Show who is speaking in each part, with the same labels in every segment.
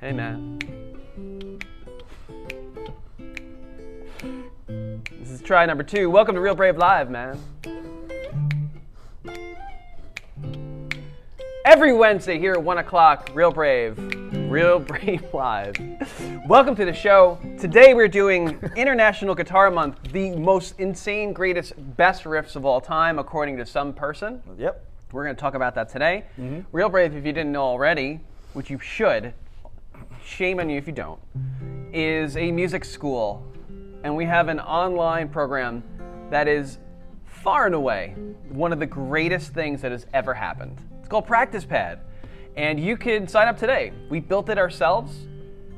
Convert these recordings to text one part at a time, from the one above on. Speaker 1: Hey, man. This is try number two. Welcome to Real Brave Live, man. Every Wednesday here at 1 o'clock, Real Brave, Real Brave Live. Welcome to the show. Today we're doing International Guitar Month, the most insane, greatest, best riffs of all time, according to some person.
Speaker 2: Yep.
Speaker 1: We're going to talk about that today. Real Brave, if you didn't know already, which you should, shame on you if you don't, is a music school. And we have an online program that is far and away one of the greatest things that has ever happened. It's called Practice Pad. And you can sign up today. We built it ourselves.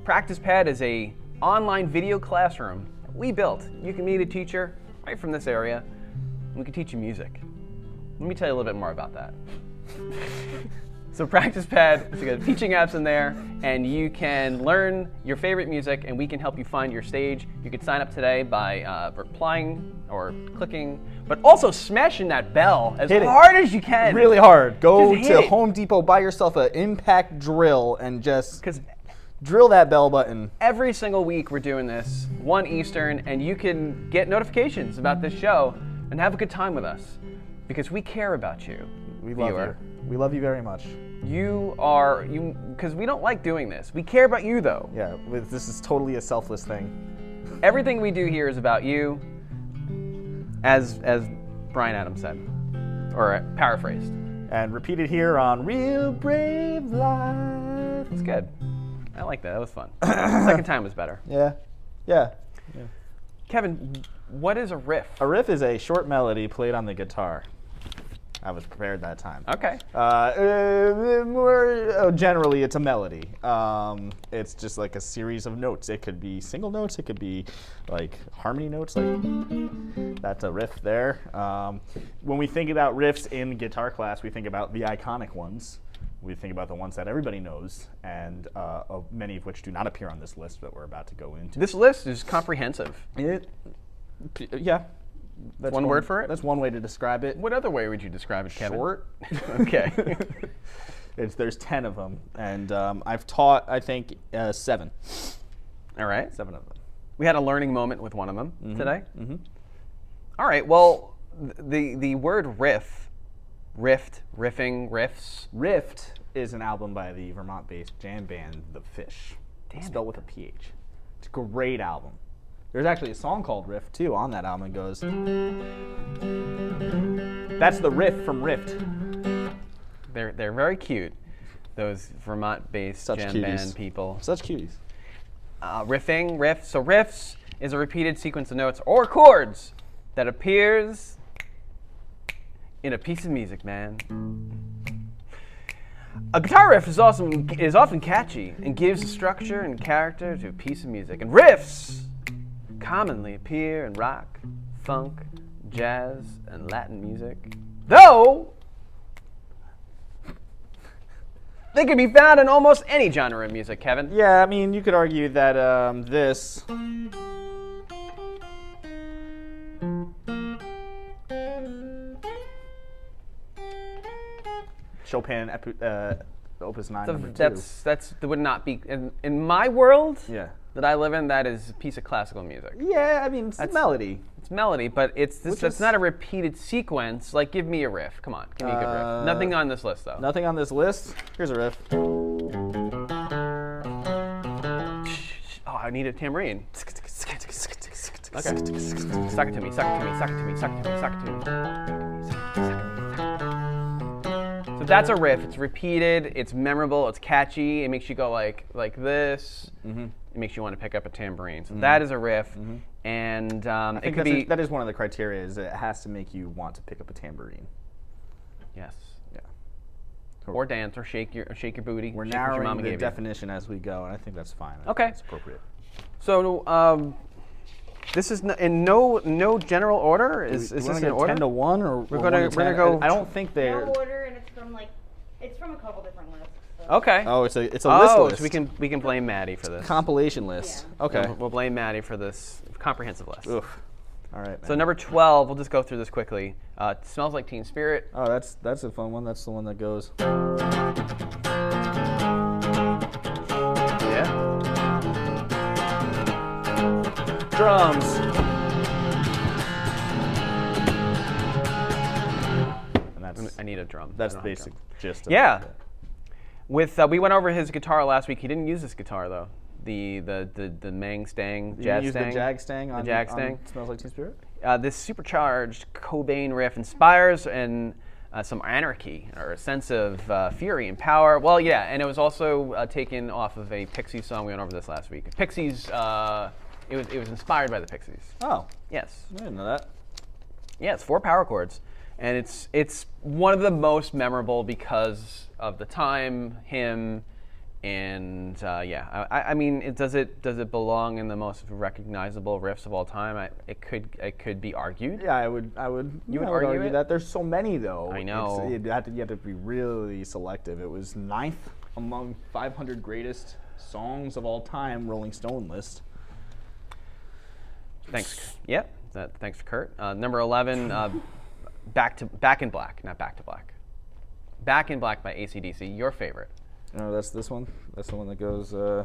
Speaker 1: Practice Pad is a online video classroom that we built. You can meet a teacher right from this area. and We can teach you music. Let me tell you a little bit more about that. so practice pad, it's got teaching apps in there, and you can learn your favorite music, and we can help you find your stage. You can sign up today by uh, replying or clicking, but also smashing that bell as
Speaker 2: Hit it.
Speaker 1: hard as you can.
Speaker 2: Really hard. Go
Speaker 1: Just
Speaker 2: to
Speaker 1: hit it.
Speaker 2: Home Depot, buy yourself an impact drill, and just
Speaker 1: because
Speaker 2: drill that bell button.
Speaker 1: every single week we're doing this, one Eastern, and you can get notifications about this show and have a good time with us because we care about you.
Speaker 2: We love
Speaker 1: viewer.
Speaker 2: you. We love you very much.
Speaker 1: You are you because we don't like doing this. We care about you though.
Speaker 2: Yeah, with- this is totally a selfless thing.
Speaker 1: Everything we do here is about you, as as Brian Adams said, or paraphrased.
Speaker 2: And repeat it here on Real Brave Live.
Speaker 1: It's good. I like that. That was fun. Second time was better.
Speaker 2: Yeah. Yeah.
Speaker 1: Kevin, what is a riff?
Speaker 2: A riff is a short melody played on the guitar. I was prepared that time.
Speaker 1: Okay.
Speaker 2: Uh, uh, more uh, generally, it's a melody. Um, it's just like a series of notes. It could be single notes. It could be like harmony notes. Like that's a riff there. Um, when we think about riffs in guitar class, we think about the iconic ones. We think about the ones that everybody knows, and uh, of many of which do not appear on this list that we're about to go into.
Speaker 1: This list is comprehensive.
Speaker 2: It, p- yeah, that's
Speaker 1: One word for it?
Speaker 2: That's one way to describe it.
Speaker 1: What other way would you describe it, Kevin?
Speaker 2: Short.
Speaker 1: okay.
Speaker 2: It's, there's ten of them, and um, I've taught I think uh, seven,
Speaker 1: All right.
Speaker 2: seven of them.
Speaker 1: We had a learning moment with one of them
Speaker 2: Mm-hmm.
Speaker 1: today. All right. Well, th- the the word riff, rift, riffing, riffs.
Speaker 2: Rift is an album by the Vermont-based jam band The Fish.
Speaker 1: Damn
Speaker 2: it's spelled with a ph. It's a great album. There's actually a song called Rift too on that album. It goes. That's the riff from Rift.
Speaker 1: They're they're very cute. Those Vermont-based
Speaker 2: Such
Speaker 1: jam
Speaker 2: cuties.
Speaker 1: band people.
Speaker 2: Such cuties.
Speaker 1: Uh, riffing, riff. So riffs is a repeated sequence of notes or chords that appears in a piece of music, man. A guitar riff is awesome is often catchy and gives structure and character to a piece of music. And riffs commonly appear in rock, funk, jazz, and Latin music. Though they can be found in almost any genre of music, Kevin.
Speaker 2: Yeah, I mean, you could argue that um, this. Chopin, epi- uh, Opus 9,
Speaker 1: The-
Speaker 2: number 2.
Speaker 1: that's that's that would not be in, in my world
Speaker 2: Yeah.
Speaker 1: that I live in. That is a piece of classical music.
Speaker 2: Yeah, I mean, it's a melody.
Speaker 1: It's melody, but it's this,
Speaker 2: Which
Speaker 1: that's
Speaker 2: is-
Speaker 1: not a repeated sequence. Like, give me a riff. Come on, give me a good
Speaker 2: Uh,
Speaker 1: riff. Nothing on this list though.
Speaker 2: Nothing on this list. Here's a riff.
Speaker 1: Oh, I need a tambourine. Okay. Suck it to me. Suck it to me. Suck it to me. Suck it to me. Suck it to me. So that's a riff. It's repeated. It's memorable. It's catchy. It makes you go like like this.
Speaker 2: Mm-hmm.
Speaker 1: It makes you want to pick up a tambourine. So that is a riff, and um, it
Speaker 2: It
Speaker 1: could
Speaker 2: Mm-hmm. that's
Speaker 1: be
Speaker 2: a- that is one of the criteria, is it has to make you want to pick up a tambourine.
Speaker 1: yes,
Speaker 2: Yeah.
Speaker 1: or dance, or shake your or shake your booty.
Speaker 2: We're
Speaker 1: shake what your
Speaker 2: narrowing
Speaker 1: mama
Speaker 2: the
Speaker 1: gave you.
Speaker 2: definition as we go, and I think that's fine. I think
Speaker 1: Okay.
Speaker 2: That's appropriate.
Speaker 1: So um, this is n- in no no general order. Is
Speaker 2: Do
Speaker 1: is
Speaker 2: you wanna
Speaker 1: this in
Speaker 2: go
Speaker 1: order?
Speaker 2: 10 to 1 or we're
Speaker 1: gonna- we're gonna go-
Speaker 2: I don't think they're
Speaker 3: No order, and it's from like, it's from a couple different lists. so-
Speaker 1: Okay.
Speaker 2: Oh, it's a it's a list
Speaker 1: Oh,
Speaker 2: list.
Speaker 1: so we can we can blame Maddie for this.
Speaker 2: compilation list.
Speaker 3: Yeah.
Speaker 2: Okay.
Speaker 1: We'll- We'll blame Maddie for this comprehensive list.
Speaker 2: Oof. All right.
Speaker 1: So
Speaker 2: man.
Speaker 1: number twelve, we'll just go through this quickly. Uh, it smells like Teen Spirit.
Speaker 2: Oh, that's that's a fun one. That's the one that goes. drums. And that's
Speaker 1: I need a drum.
Speaker 2: that's
Speaker 1: I
Speaker 2: the
Speaker 1: don't have a
Speaker 2: basic
Speaker 1: drum.
Speaker 2: gist. Of
Speaker 1: Yeah.
Speaker 2: it.
Speaker 1: With uh, we went over his guitar last week. He didn't use his guitar though. The the the, the Mang Stang
Speaker 2: You
Speaker 1: Jazz
Speaker 2: use
Speaker 1: Stang.
Speaker 2: the jag stang on,
Speaker 1: jag
Speaker 2: on
Speaker 1: stang.
Speaker 2: Smells like Teen Spirit.
Speaker 1: Uh, this supercharged Cobain riff inspires and uh, some anarchy or a sense of uh, fury and power. Well, yeah, and it was also uh, taken off of a Pixies song. We went over this last week. Pixies. Uh, it was it was inspired by the Pixies.
Speaker 2: Oh,
Speaker 1: Yes.
Speaker 2: I didn't know that.
Speaker 1: Yeah, it's four power chords, and it's it's one of the most memorable because of the time, him, and uh, yeah. I, I- I mean, it, does it does it belong in the most recognizable riffs of all time? I, it could it could be argued.
Speaker 2: Yeah, I would. I would. You
Speaker 1: would
Speaker 2: would
Speaker 1: argue
Speaker 2: argue,
Speaker 1: it?
Speaker 2: that there's so many though.
Speaker 1: I
Speaker 2: It's-
Speaker 1: know.
Speaker 2: you, have to, you have to be really selective. It was ninth among 500 greatest songs of all time, Rolling Stone list.
Speaker 1: Thanks. Yep. That, thanks, Kurt. Uh, number eleven, uh, back to back in black, not back to black. Back in Black by ACDC, your favorite.
Speaker 2: No, Oh, that's this one. That's the one that goes. Uh,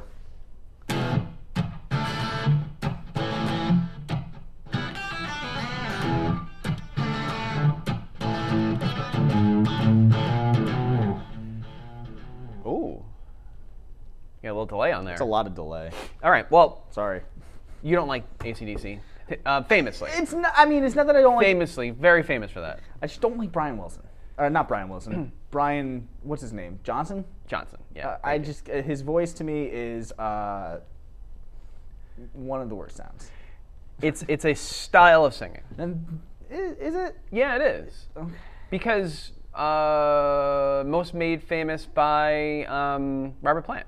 Speaker 1: Ooh. You got a little delay on there.
Speaker 2: it's a lot of delay.
Speaker 1: All right. Well,
Speaker 2: Sorry.
Speaker 1: you don't like ACDC, uh, famously.
Speaker 2: It's not. I mean, it's not that I don't like.
Speaker 1: famously, very famous for that.
Speaker 2: I just don't like Brian Wilson. Or not Brian Wilson. Brian, what's his name? Johnson.
Speaker 1: Johnson. Yeah.
Speaker 2: Uh, I just uh, his voice to me is uh, one of the worst sounds.
Speaker 1: it's it's a style of singing.
Speaker 2: And i- is it?
Speaker 1: Yeah, it is.
Speaker 2: Okay.
Speaker 1: Because uh, most made famous by um, Robert Plant.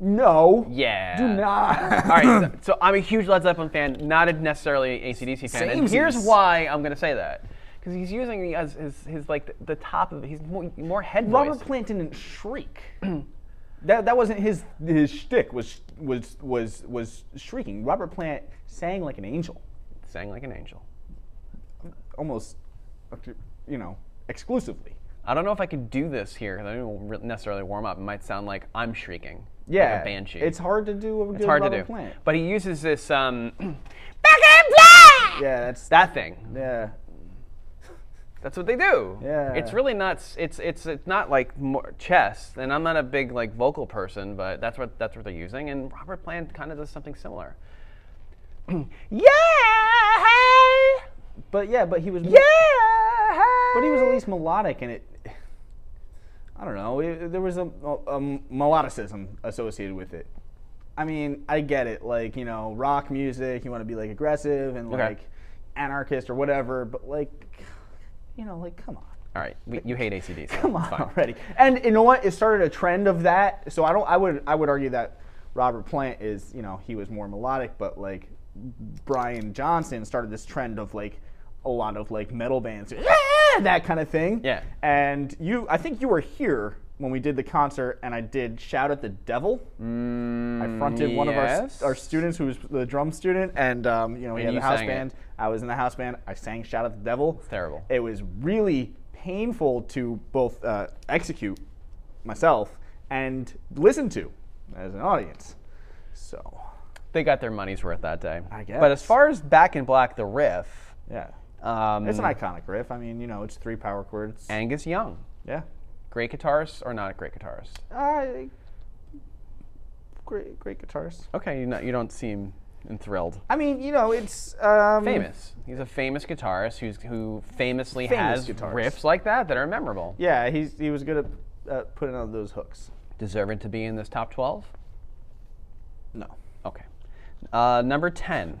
Speaker 2: No.
Speaker 1: Yeah.
Speaker 2: Do not.
Speaker 1: All right, so, so I'm a huge Led Zeppelin fan, not a necessarily ACDC fan. And here's
Speaker 2: Samesies.
Speaker 1: why I'm going to say that. Because he's using the, as his, his, like, the, the top of, he's more, more head
Speaker 2: Robert
Speaker 1: voice.
Speaker 2: Plant didn't shriek. that that wasn't his his shtick. Was was was was shrieking. Robert Plant sang like an angel,
Speaker 1: Sang like an angel.
Speaker 2: almost, you know, exclusively.
Speaker 1: I don't know if I could do this here, 'cause I don't re- necessarily warm up. It might sound like I'm shrieking. like
Speaker 2: Yeah.
Speaker 1: a banshee.
Speaker 2: It's hard to do a good
Speaker 1: It's hard
Speaker 2: Robert
Speaker 1: to do.
Speaker 2: Plant.
Speaker 1: But he uses this um, back and black.
Speaker 2: yeah, that's
Speaker 1: That thing.
Speaker 2: Yeah.
Speaker 1: That's what they do.
Speaker 2: Yeah.
Speaker 1: It's really not. s- It's it's it's not like more chess. And I'm not a big like vocal person, but that's what that's what they're using. And Robert Plant kind of does something similar. yeah. hey!
Speaker 2: But yeah, but he was.
Speaker 1: Yeah.
Speaker 2: But he was at least melodic, and it. I don't know. it- there was a, a melodicism associated with it. I mean, I get it. Like you know, rock music, you want to be like aggressive and
Speaker 1: Okay.
Speaker 2: like anarchist or whatever. But like, you know, like come on,
Speaker 1: All right. We, you hate ACDC.
Speaker 2: come on already. And you know what? It started a trend of that. So I don't. I would. I would argue that Robert Plant is. You know, he was more melodic, but like Brian Johnson started this trend of like a lot of like metal bands, "Yeah!" that kind of thing.
Speaker 1: Yeah.
Speaker 2: And you, I think you were here when we did the concert, and I did shout at the devil. I fronted one
Speaker 1: Mm, yes.
Speaker 2: of our, our students who was the drum student, and um, you know he
Speaker 1: And
Speaker 2: had
Speaker 1: you
Speaker 2: a house
Speaker 1: sang it.
Speaker 2: band. I was in the house band. I sang "Shout at the Devil."
Speaker 1: It's terrible.
Speaker 2: It was really painful to both uh, execute myself and listen to as an audience. So
Speaker 1: They got their money's worth that day.
Speaker 2: I
Speaker 1: But as
Speaker 2: guess.
Speaker 1: far as Back in Black, the riff.
Speaker 2: yeah,
Speaker 1: Um,
Speaker 2: it's an iconic riff. I mean, you know, it's three power chords.
Speaker 1: Angus Young.
Speaker 2: yeah,
Speaker 1: Great guitarist or not a great guitarist?
Speaker 2: uh, great, great guitarist.
Speaker 1: Okay, you you don't seem enthrilled.
Speaker 2: I mean, you know, it's um,
Speaker 1: Famous. He's a famous guitarist who's, who famously
Speaker 2: Famous
Speaker 1: has
Speaker 2: guitarist.
Speaker 1: riffs like that that are memorable.
Speaker 2: Yeah, he's he was good at uh, putting out those hooks.
Speaker 1: Deserving to be in this top 12?
Speaker 2: No.
Speaker 1: Okay. Uh, number 10,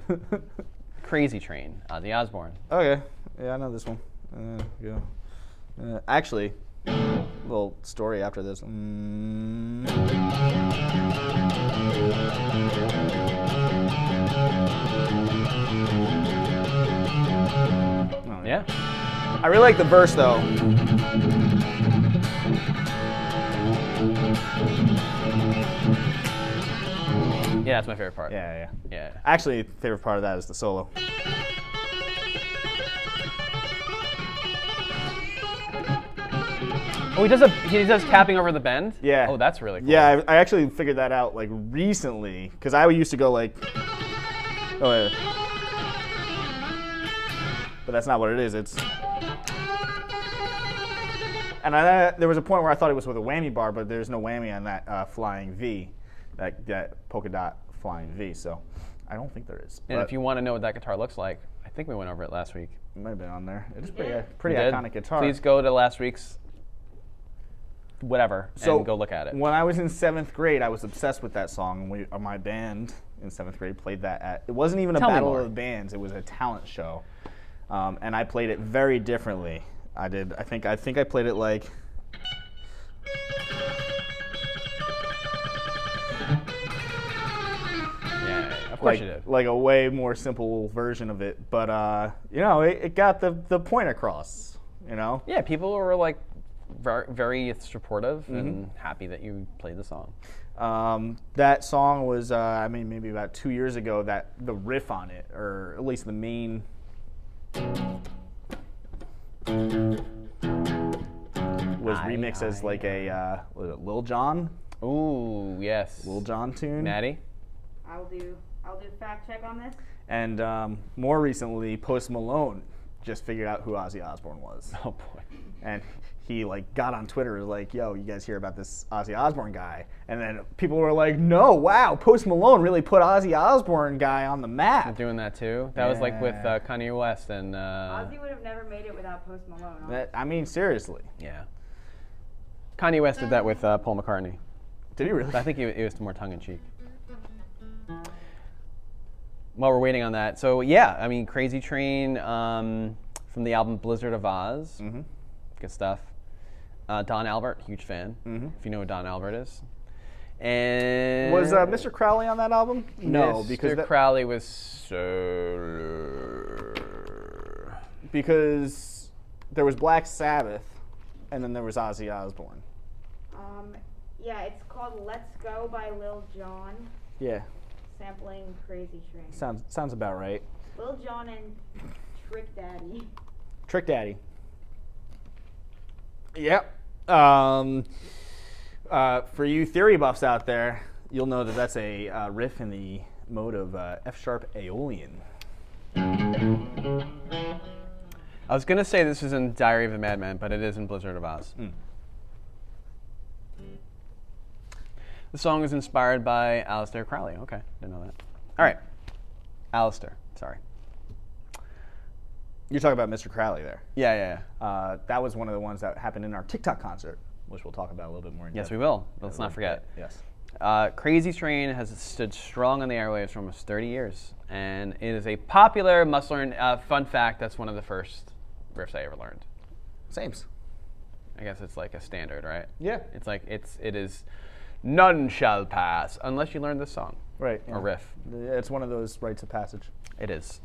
Speaker 1: Crazy Train, uh, Ozzy Osbourne.
Speaker 2: Okay. Yeah, I know this one. Uh, yeah. Uh, actually, little story after this. Mm. Oh,
Speaker 1: Yeah.
Speaker 2: I really like the verse though.
Speaker 1: Yeah, that's my favorite part.
Speaker 2: Yeah, yeah.
Speaker 1: Yeah.
Speaker 2: Actually, favorite part of that is the solo.
Speaker 1: Oh, he does a he does tapping over the bend.
Speaker 2: Yeah.
Speaker 1: Oh, that's really cool.
Speaker 2: Yeah, I, I actually figured that out like recently because I used to go like Oh, wait, wait. But that's not what it is. It's. And I, there was a point where I thought it was with a whammy bar, but there's no whammy on that uh, flying V, that, that polka dot flying V. So I don't think there is.
Speaker 1: And
Speaker 2: but
Speaker 1: if you want to know what that guitar looks like, I think we went over it last week.
Speaker 2: it might have been on there. It's pretty, uh,
Speaker 3: did?
Speaker 2: pretty
Speaker 1: We did.
Speaker 2: iconic guitar.
Speaker 1: Please go to last week's whatever
Speaker 2: so
Speaker 1: and go look at it.
Speaker 2: When I was in seventh grade, I was obsessed with that song, and we, uh, my band in seventh grade played that. At, it wasn't even a
Speaker 1: Tell me
Speaker 2: battle
Speaker 1: more.
Speaker 2: of bands; it was a talent show, um, and I played it very differently. I did. I think. I think I played it like.
Speaker 1: yeah, of course
Speaker 2: like,
Speaker 1: you did.
Speaker 2: like a way more simple version of it, but uh, you know, it, it got the, the point across. You know,
Speaker 1: Yeah, people were like very, very supportive and happy that you played the song.
Speaker 2: um, that song was uh, I mean maybe about two years ago that the riff on it, or at least the main. Was
Speaker 1: Aye,
Speaker 2: remixed as
Speaker 1: aye,
Speaker 2: like a uh, was it Lil Jon
Speaker 1: Ooh, yes.
Speaker 2: Lil Jon tune,
Speaker 1: Maddie?
Speaker 3: I'll do. I'll do fact check on this.
Speaker 2: and um, more recently Post Malone just figured out who Ozzy Osbourne was.
Speaker 1: Oh boy.
Speaker 2: and he like got on Twitter was like, "Yo, you guys hear about this Ozzy Osbourne guy?" And then people were like, "No, wow, Post Malone really put Ozzy Osbourne guy on the map."
Speaker 1: Doing that too? That was like with
Speaker 2: Yeah.
Speaker 1: uh, Kanye West and. Uh,
Speaker 3: Ozzy would have never made it without Post Malone. huh?
Speaker 2: That, I mean, seriously,
Speaker 1: yeah. Kanye West did that with uh, Paul McCartney.
Speaker 2: did he really?
Speaker 1: I think it, it was more tongue in cheek. While we're waiting on that, so yeah, I mean, Crazy Train um, from the album Blizzard of Oz, mm-hmm. good stuff. Uh, Don Albert, huge fan.
Speaker 2: Mm-hmm.
Speaker 1: If you know who Don Albert is, and
Speaker 2: was uh, Mr. Crowley on that album? No,
Speaker 1: Mr.
Speaker 2: because that,
Speaker 1: Crowley was solo.
Speaker 2: because there was Black Sabbath, and then there was Ozzy Osbourne.
Speaker 3: Um, yeah, it's called "Let's Go" by Lil Jon,
Speaker 2: Yeah,
Speaker 3: sampling Crazy Train.
Speaker 2: sounds sounds about right.
Speaker 3: Lil Jon and Trick Daddy.
Speaker 2: Trick Daddy. Yep. Um, uh, for you theory buffs out there, you'll know that that's a uh, riff in the mode of uh, F sharp Aeolian.
Speaker 1: I was gonna say this is in Diary of a Madman, but it is in Blizzard of Oz.
Speaker 2: Mm.
Speaker 1: The song is inspired by Aleister Crowley. Okay, didn't know that. All right, Aleister. Sorry.
Speaker 2: You're talking about Mr. Crowley there.
Speaker 1: Yeah, yeah, yeah.
Speaker 2: Uh, that was one of the ones that happened in our TikTok concert, which we'll talk about a little bit more in
Speaker 1: Yes,
Speaker 2: depth.
Speaker 1: we will. Let's not forget.
Speaker 2: Yes.
Speaker 1: Uh, Crazy Train has stood strong on the airwaves for almost 30 years, and it is a popular must learn. Uh, fun fact: That's one of the first riffs I ever learned.
Speaker 2: Sames.
Speaker 1: I guess it's like a standard, right?
Speaker 2: Yeah.
Speaker 1: It's like it's it is. None shall pass unless you learn this song
Speaker 2: Right.
Speaker 1: or
Speaker 2: yeah.
Speaker 1: riff.
Speaker 2: It's one of those rites of passage.
Speaker 1: It is.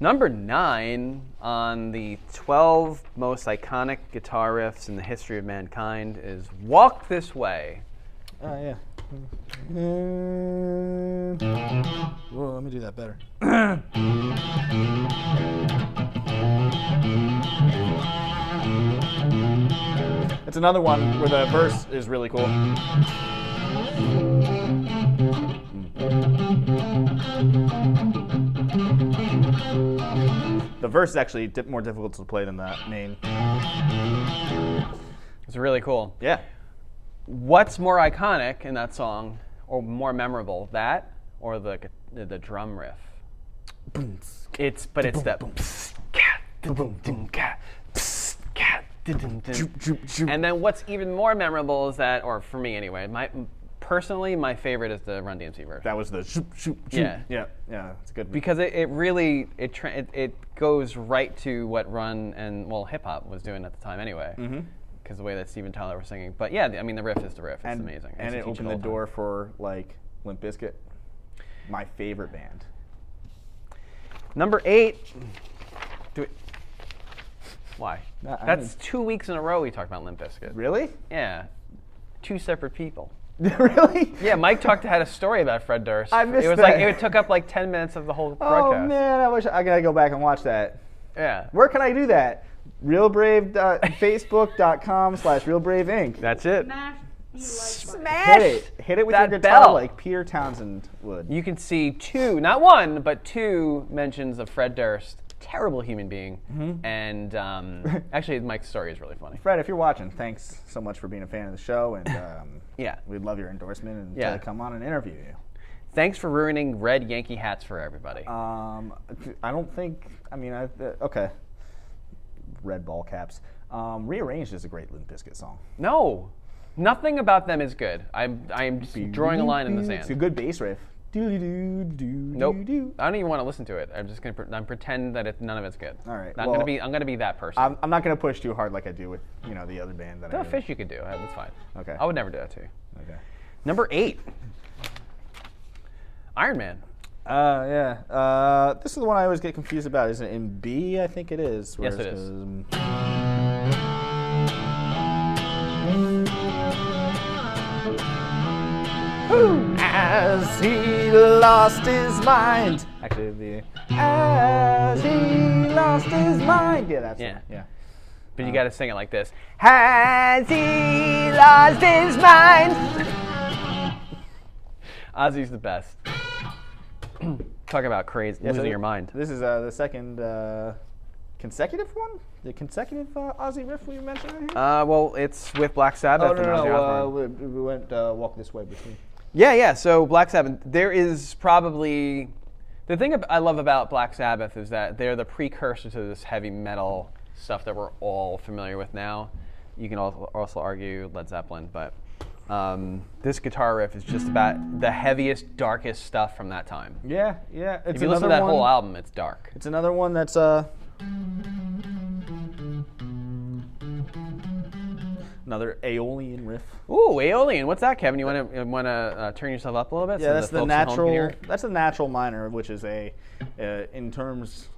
Speaker 1: Number nine on the 12 most iconic guitar riffs in the history of mankind is Walk This Way.
Speaker 2: Oh, yeah. Uh, Whoa, let me do that better. it's another one where the verse is really cool. The verse is actually di- more difficult to play than that main.
Speaker 1: It's really cool.
Speaker 2: Yeah.
Speaker 1: What's more iconic in that song or more memorable, that or the gu- the, the drum riff? It's but it's that And then what's even more memorable is that or for me anyway, my personally my favorite is the Run DMC version.
Speaker 2: That was the shoop, shoop, shoop.
Speaker 1: Yeah.
Speaker 2: Yeah. Yeah. It's a good. one.
Speaker 1: because it, it really it, tra- it it goes right to what run and well hip hop was doing at the time anyway.
Speaker 2: Mm-hmm.
Speaker 1: Because the way that Steven Tyler was singing, but yeah, the- I mean the riff is the riff. It's
Speaker 2: and,
Speaker 1: amazing. I used
Speaker 2: And
Speaker 1: to
Speaker 2: it
Speaker 1: teach
Speaker 2: opened the
Speaker 1: all
Speaker 2: door for like Limp Bizkit, my favorite band.
Speaker 1: time. Number eight. Do it. Why?
Speaker 2: Uh, I
Speaker 1: That's two weeks in a row we talked about Limp Bizkit.
Speaker 2: Really?
Speaker 1: Yeah, two separate people.
Speaker 2: really?
Speaker 1: Yeah, Mike talked had a story about Fred Durst.
Speaker 2: I missed
Speaker 1: it was like
Speaker 2: that.
Speaker 1: it took up like ten minutes of the whole
Speaker 2: Oh
Speaker 1: broadcast.
Speaker 2: man, I wish I gotta go back and watch that.
Speaker 1: Yeah,
Speaker 2: Where can I do that? Realbrave.facebook.com slash realbraveinc.
Speaker 1: that's it.
Speaker 3: Smash Be like Bunny.
Speaker 1: Smash!
Speaker 2: Hit it. Hit it with
Speaker 1: that
Speaker 2: your guitar
Speaker 1: bell.
Speaker 2: like Peter Townsend would.
Speaker 1: You can see two, not one, but two mentions of Fred Durst. Terrible human being.
Speaker 2: Mm-hmm.
Speaker 1: And um, actually, Mike's story is really funny.
Speaker 2: Fred, if you're watching, thanks so much for being a fan of the show, and um,
Speaker 1: Yeah.
Speaker 2: we'd love your endorsement and
Speaker 1: Yeah.
Speaker 2: to come on and interview you.
Speaker 1: Thanks for ruining red Yankee hats for everybody.
Speaker 2: Um, I don't think. I mean, I, uh, okay. Red ball caps. Um, Rearranged is a great Limp Bizkit song.
Speaker 1: no, nothing about them is good. I'm, I'm just drawing a line in the
Speaker 2: It's a
Speaker 1: sand.
Speaker 2: good bass riff. Nope.
Speaker 1: Nope. I don't even want to listen to it. I'm just gonna pre- I'm pretend that it, none of it's good.
Speaker 2: All right,
Speaker 1: I'm
Speaker 2: well-
Speaker 1: gonna be I'm gonna be that person.
Speaker 2: I'm, I'm not gonna push too hard like I do with you know the other band that I.
Speaker 1: no
Speaker 2: really-
Speaker 1: fish you could do. Uh, That's fine.
Speaker 2: Okay.
Speaker 1: I would never do that to you.
Speaker 2: Okay.
Speaker 1: Number eight. Iron Man.
Speaker 2: Uh, yeah. Uh, this is the one I always get confused about. Is it in B? I think it is. where
Speaker 1: Yes, it
Speaker 2: it's,
Speaker 1: is.
Speaker 2: um, As he lost his mind. Actually, the as he lost his mind. Yeah, that's
Speaker 1: Yeah.
Speaker 2: it. Yeah.
Speaker 1: But you gotta sing it like this.
Speaker 2: Has he lost his mind?
Speaker 1: Ozzy's the best. Talk about crazy, losing your mind.
Speaker 2: This is uh, the second uh, consecutive one. The consecutive uh, Aussie riff we mentioned. Right here?
Speaker 1: Uh, well, it's with Black Sabbath.
Speaker 2: Oh
Speaker 1: and
Speaker 2: no, no,
Speaker 1: Ozzy
Speaker 2: no,
Speaker 1: Osbourne.
Speaker 2: uh, we, we went uh, walk this way between.
Speaker 1: Yeah, yeah. So Black Sabbath, there is probably the thing ab- I love about Black Sabbath is that they're the precursor to this heavy metal stuff that we're all familiar with now. You can al- also argue Led Zeppelin, but um, this guitar riff is just about the heaviest, darkest stuff from that time.
Speaker 2: Yeah, yeah. It's
Speaker 1: If you listen to
Speaker 2: another
Speaker 1: that
Speaker 2: one.
Speaker 1: whole album, it's dark.
Speaker 2: It's another one that's uh. Another Aeolian riff.
Speaker 1: Ooh, Aeolian. What's that, Kevin? You want to want to uh, turn yourself up a little bit?
Speaker 2: Yeah,
Speaker 1: so
Speaker 2: that's the,
Speaker 1: folks at home can hear
Speaker 2: natural.
Speaker 1: it?
Speaker 2: That's a natural minor, which is a, uh, in terms,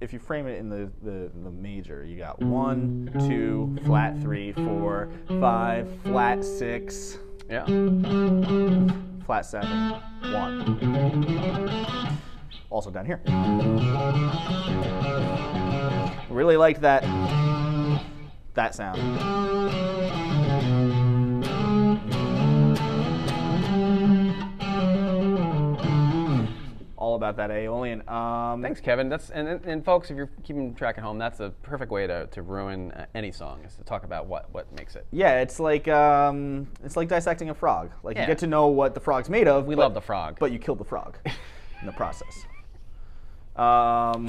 Speaker 2: if you frame it in the, the the major, you got one, two, flat three, four, five, flat six,
Speaker 1: Yeah.
Speaker 2: flat seven, one. Also down here. Really liked that that sound. All about that Aeolian. Um,
Speaker 1: Thanks, Kevin. That's and, and, and folks, if you're keeping track at home, that's a perfect way to, to ruin uh, any song is to talk about what, what makes it.
Speaker 2: Yeah, it's like um, it's like dissecting a frog. Like
Speaker 1: Yeah.
Speaker 2: you get to know what the frog's made of. We
Speaker 1: love the frog.
Speaker 2: but you killed the frog in the process. Um,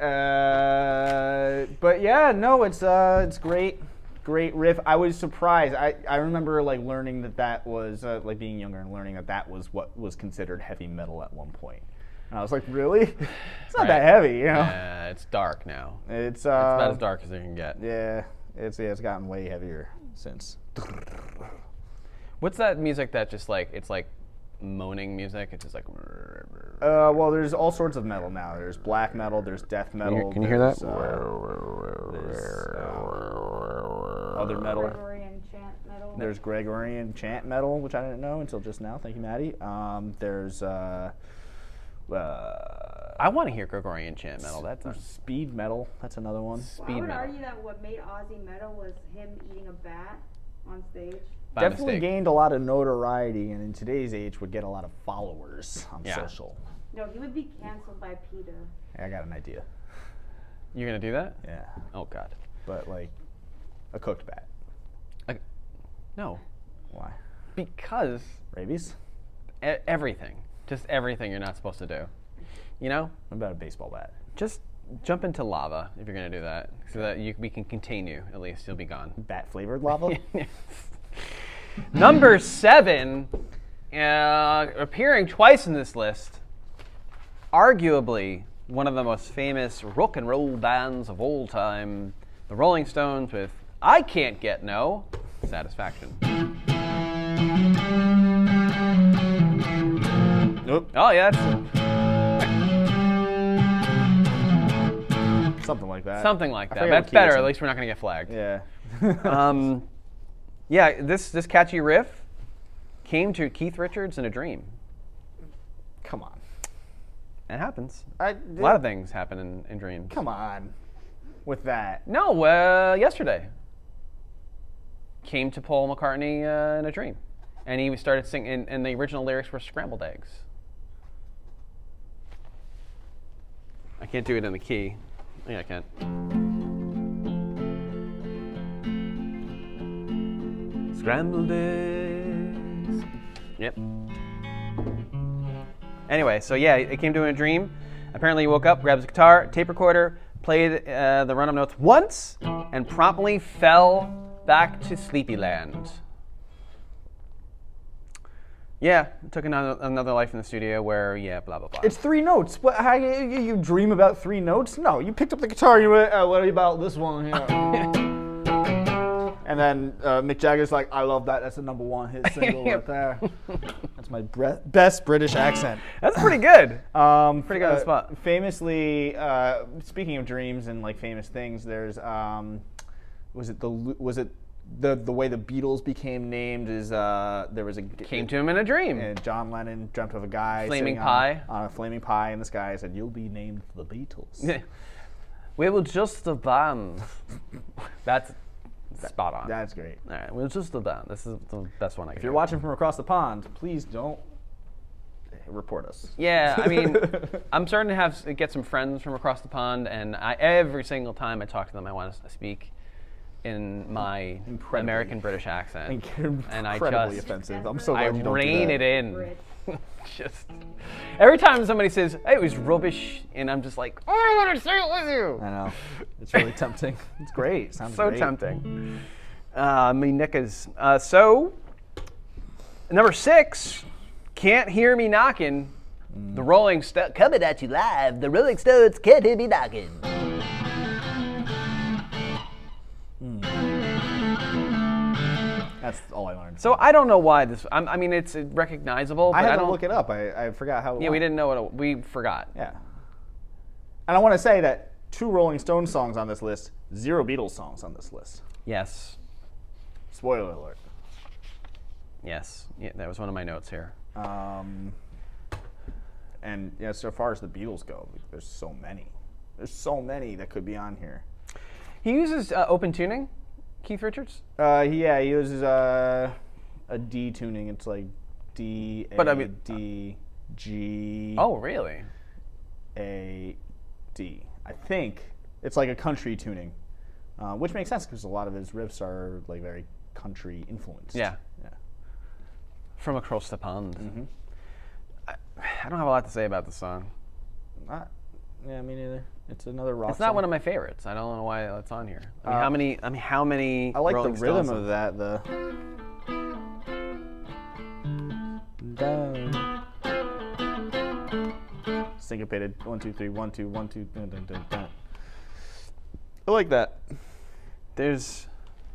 Speaker 2: uh, but yeah, no, it's uh, it's great, great riff. I was surprised. I, I remember like learning that that was uh, like being younger and learning that that was what was considered heavy metal at one point. And I was like, really? It's not that
Speaker 1: Right.
Speaker 2: heavy, you know.
Speaker 1: Uh, it's dark now. It's
Speaker 2: It's uh,
Speaker 1: about as dark as it can get.
Speaker 2: yeah, it's yeah, it's gotten way heavier since.
Speaker 1: What's that music that just like it's like moaning music? It's just like.
Speaker 2: Uh, well, there's all sorts of metal now. There's black metal. There's death metal. there's, uh, there's, uh, other metal.
Speaker 3: Gregorian chant metal.
Speaker 2: There's Gregorian chant metal, which I didn't know until just now. Thank you, Maddie. Um, there's uh, uh,
Speaker 1: I want to hear Gregorian chant metal. That's a
Speaker 2: speed metal. That's another one.
Speaker 3: Well, I
Speaker 1: speed
Speaker 3: would
Speaker 1: metal.
Speaker 3: argue that what made Ozzy metal was him eating a bat on stage.
Speaker 1: By
Speaker 2: Definitely
Speaker 1: mistake.
Speaker 2: gained a lot of notoriety, and in today's age, would get a lot of followers on
Speaker 1: Yeah.
Speaker 2: social.
Speaker 3: No, he would be canceled by PETA.
Speaker 2: Hey, I got an idea.
Speaker 1: You're gonna do that?
Speaker 2: Yeah,
Speaker 1: Oh God.
Speaker 2: but like a cooked bat.
Speaker 1: I- no,
Speaker 2: Why?
Speaker 1: because
Speaker 2: Rabies?
Speaker 1: e- everything, just everything you're not supposed to do. You know,
Speaker 2: What about a baseball bat?
Speaker 1: just jump into lava if you're gonna do that, so that you, we can contain you. At least you'll be gone.
Speaker 2: Bat flavored lava?
Speaker 1: Number seven, uh, appearing twice in this list, arguably one of the most famous rock and roll bands of all time, the Rolling Stones with I Can't Get No Satisfaction.
Speaker 2: nope.
Speaker 1: Oh, yeah, that's
Speaker 2: Something like that.
Speaker 1: something like
Speaker 2: I
Speaker 1: that.
Speaker 2: forget
Speaker 1: That's
Speaker 2: what key it's
Speaker 1: better, at
Speaker 2: in.
Speaker 1: least we're not going to get flagged.
Speaker 2: Yeah. Uh,
Speaker 1: Um, yeah, this, this catchy riff came to Keith Richards in a dream.
Speaker 2: come on.
Speaker 1: It happens.
Speaker 2: I,
Speaker 1: A lot of things happen in, in dreams.
Speaker 2: Come on. With that.
Speaker 1: No, uh, yesterday. came to Paul McCartney uh, in a dream, and he started singing. And, and the original lyrics were scrambled eggs. I can't do it in the key. Yeah, I can't. Scrambled eggs. Yep. Anyway, so yeah, it came to him in a dream. Apparently, he woke up, grabbed his guitar, tape recorder, played uh, the run of notes once, and promptly fell back to Sleepyland. Yeah, took another, another life in the studio where, yeah, blah, blah, blah.
Speaker 2: It's three notes. What? How you, you you dream about three notes? No, you picked up the guitar. and You went, uh, "What about this one here?" and then uh, Mick Jagger's like, "I love that. That's the number one hit single right there." That's my bre- best British accent.
Speaker 1: That's pretty good.
Speaker 2: Um,
Speaker 1: Pretty good on the
Speaker 2: uh,
Speaker 1: spot.
Speaker 2: Famously, uh, speaking of dreams and like famous things, there's um, was it the Lu- was it the the way the Beatles became named is uh, there was a
Speaker 1: Came to him in a dream.
Speaker 2: and John Lennon dreamt of a guy
Speaker 1: Flaming
Speaker 2: sitting on-
Speaker 1: pie.
Speaker 2: on, a flaming pie in the sky and said, "You'll be named the Beatles."
Speaker 1: we were just a band. That's spot on.
Speaker 2: That's great.
Speaker 1: All right, we were just a band. This is the best one I can.
Speaker 2: If you're watching from across the pond, please don't report us.
Speaker 1: Yeah, I mean, I'm starting to have get some friends from across the pond, and I, every single time I talk to them, I want to speak in my
Speaker 2: Incredibly-
Speaker 1: American British accent,
Speaker 2: Incredibly
Speaker 1: and I just
Speaker 2: offensive. I'm so glad
Speaker 1: I
Speaker 2: you don't
Speaker 1: rein
Speaker 2: do
Speaker 1: it
Speaker 2: that.
Speaker 1: in.
Speaker 3: Brits.
Speaker 1: just every time somebody says "Hey, it was rubbish, and I'm just like, oh, I want to say it with you.
Speaker 2: I know. It's really tempting. It's great. Sounds
Speaker 1: so
Speaker 2: great.
Speaker 1: tempting. Uh, me knickers. Uh, so, number six, can't hear me knocking.
Speaker 2: Mm.
Speaker 1: The Rolling Stones coming at you live. The Rolling Stones can't hear me knocking.
Speaker 2: Hmm. That's all I learned.
Speaker 1: So I don't know why this. I'm, I mean, it's recognizable. But
Speaker 2: I
Speaker 1: I,
Speaker 2: had
Speaker 1: don't
Speaker 2: to look it up. I, I forgot how. It
Speaker 1: Yeah, we
Speaker 2: went.
Speaker 1: didn't know what it, we forgot.
Speaker 2: Yeah. And I want to say that two Rolling Stones songs on this list, zero Beatles songs on this list.
Speaker 1: Yes,
Speaker 2: Spoiler alert.
Speaker 1: yes. Yeah, that was one of my notes here.
Speaker 2: Um, and yeah, so far as the Beatles go, there's so many. There's so many that could be on here.
Speaker 1: He uses uh, open tuning. Keith Richards.
Speaker 2: Uh, he- yeah, he uses uh, a D tuning. It's like D A D G A.
Speaker 1: But I mean- Oh, really?
Speaker 2: A D. I think it's like a country tuning, uh, which makes sense because a lot of his riffs are like very country influenced.
Speaker 1: Yeah.
Speaker 2: Yeah.
Speaker 1: From across the pond.
Speaker 2: Mm-hmm.
Speaker 1: I, I don't have a lot to say about this song.
Speaker 2: Not, yeah, me neither. It's another rock.
Speaker 1: It's not one of my favorites. I don't know why that's on here. I mean, how many? I mean, how many?
Speaker 2: Uh, I like
Speaker 1: Rolling
Speaker 2: the rhythm
Speaker 1: Stones
Speaker 2: of that. The. Down. Syncopated one two three one two one two. Dun, dun, dun, dun. I like that.
Speaker 1: There's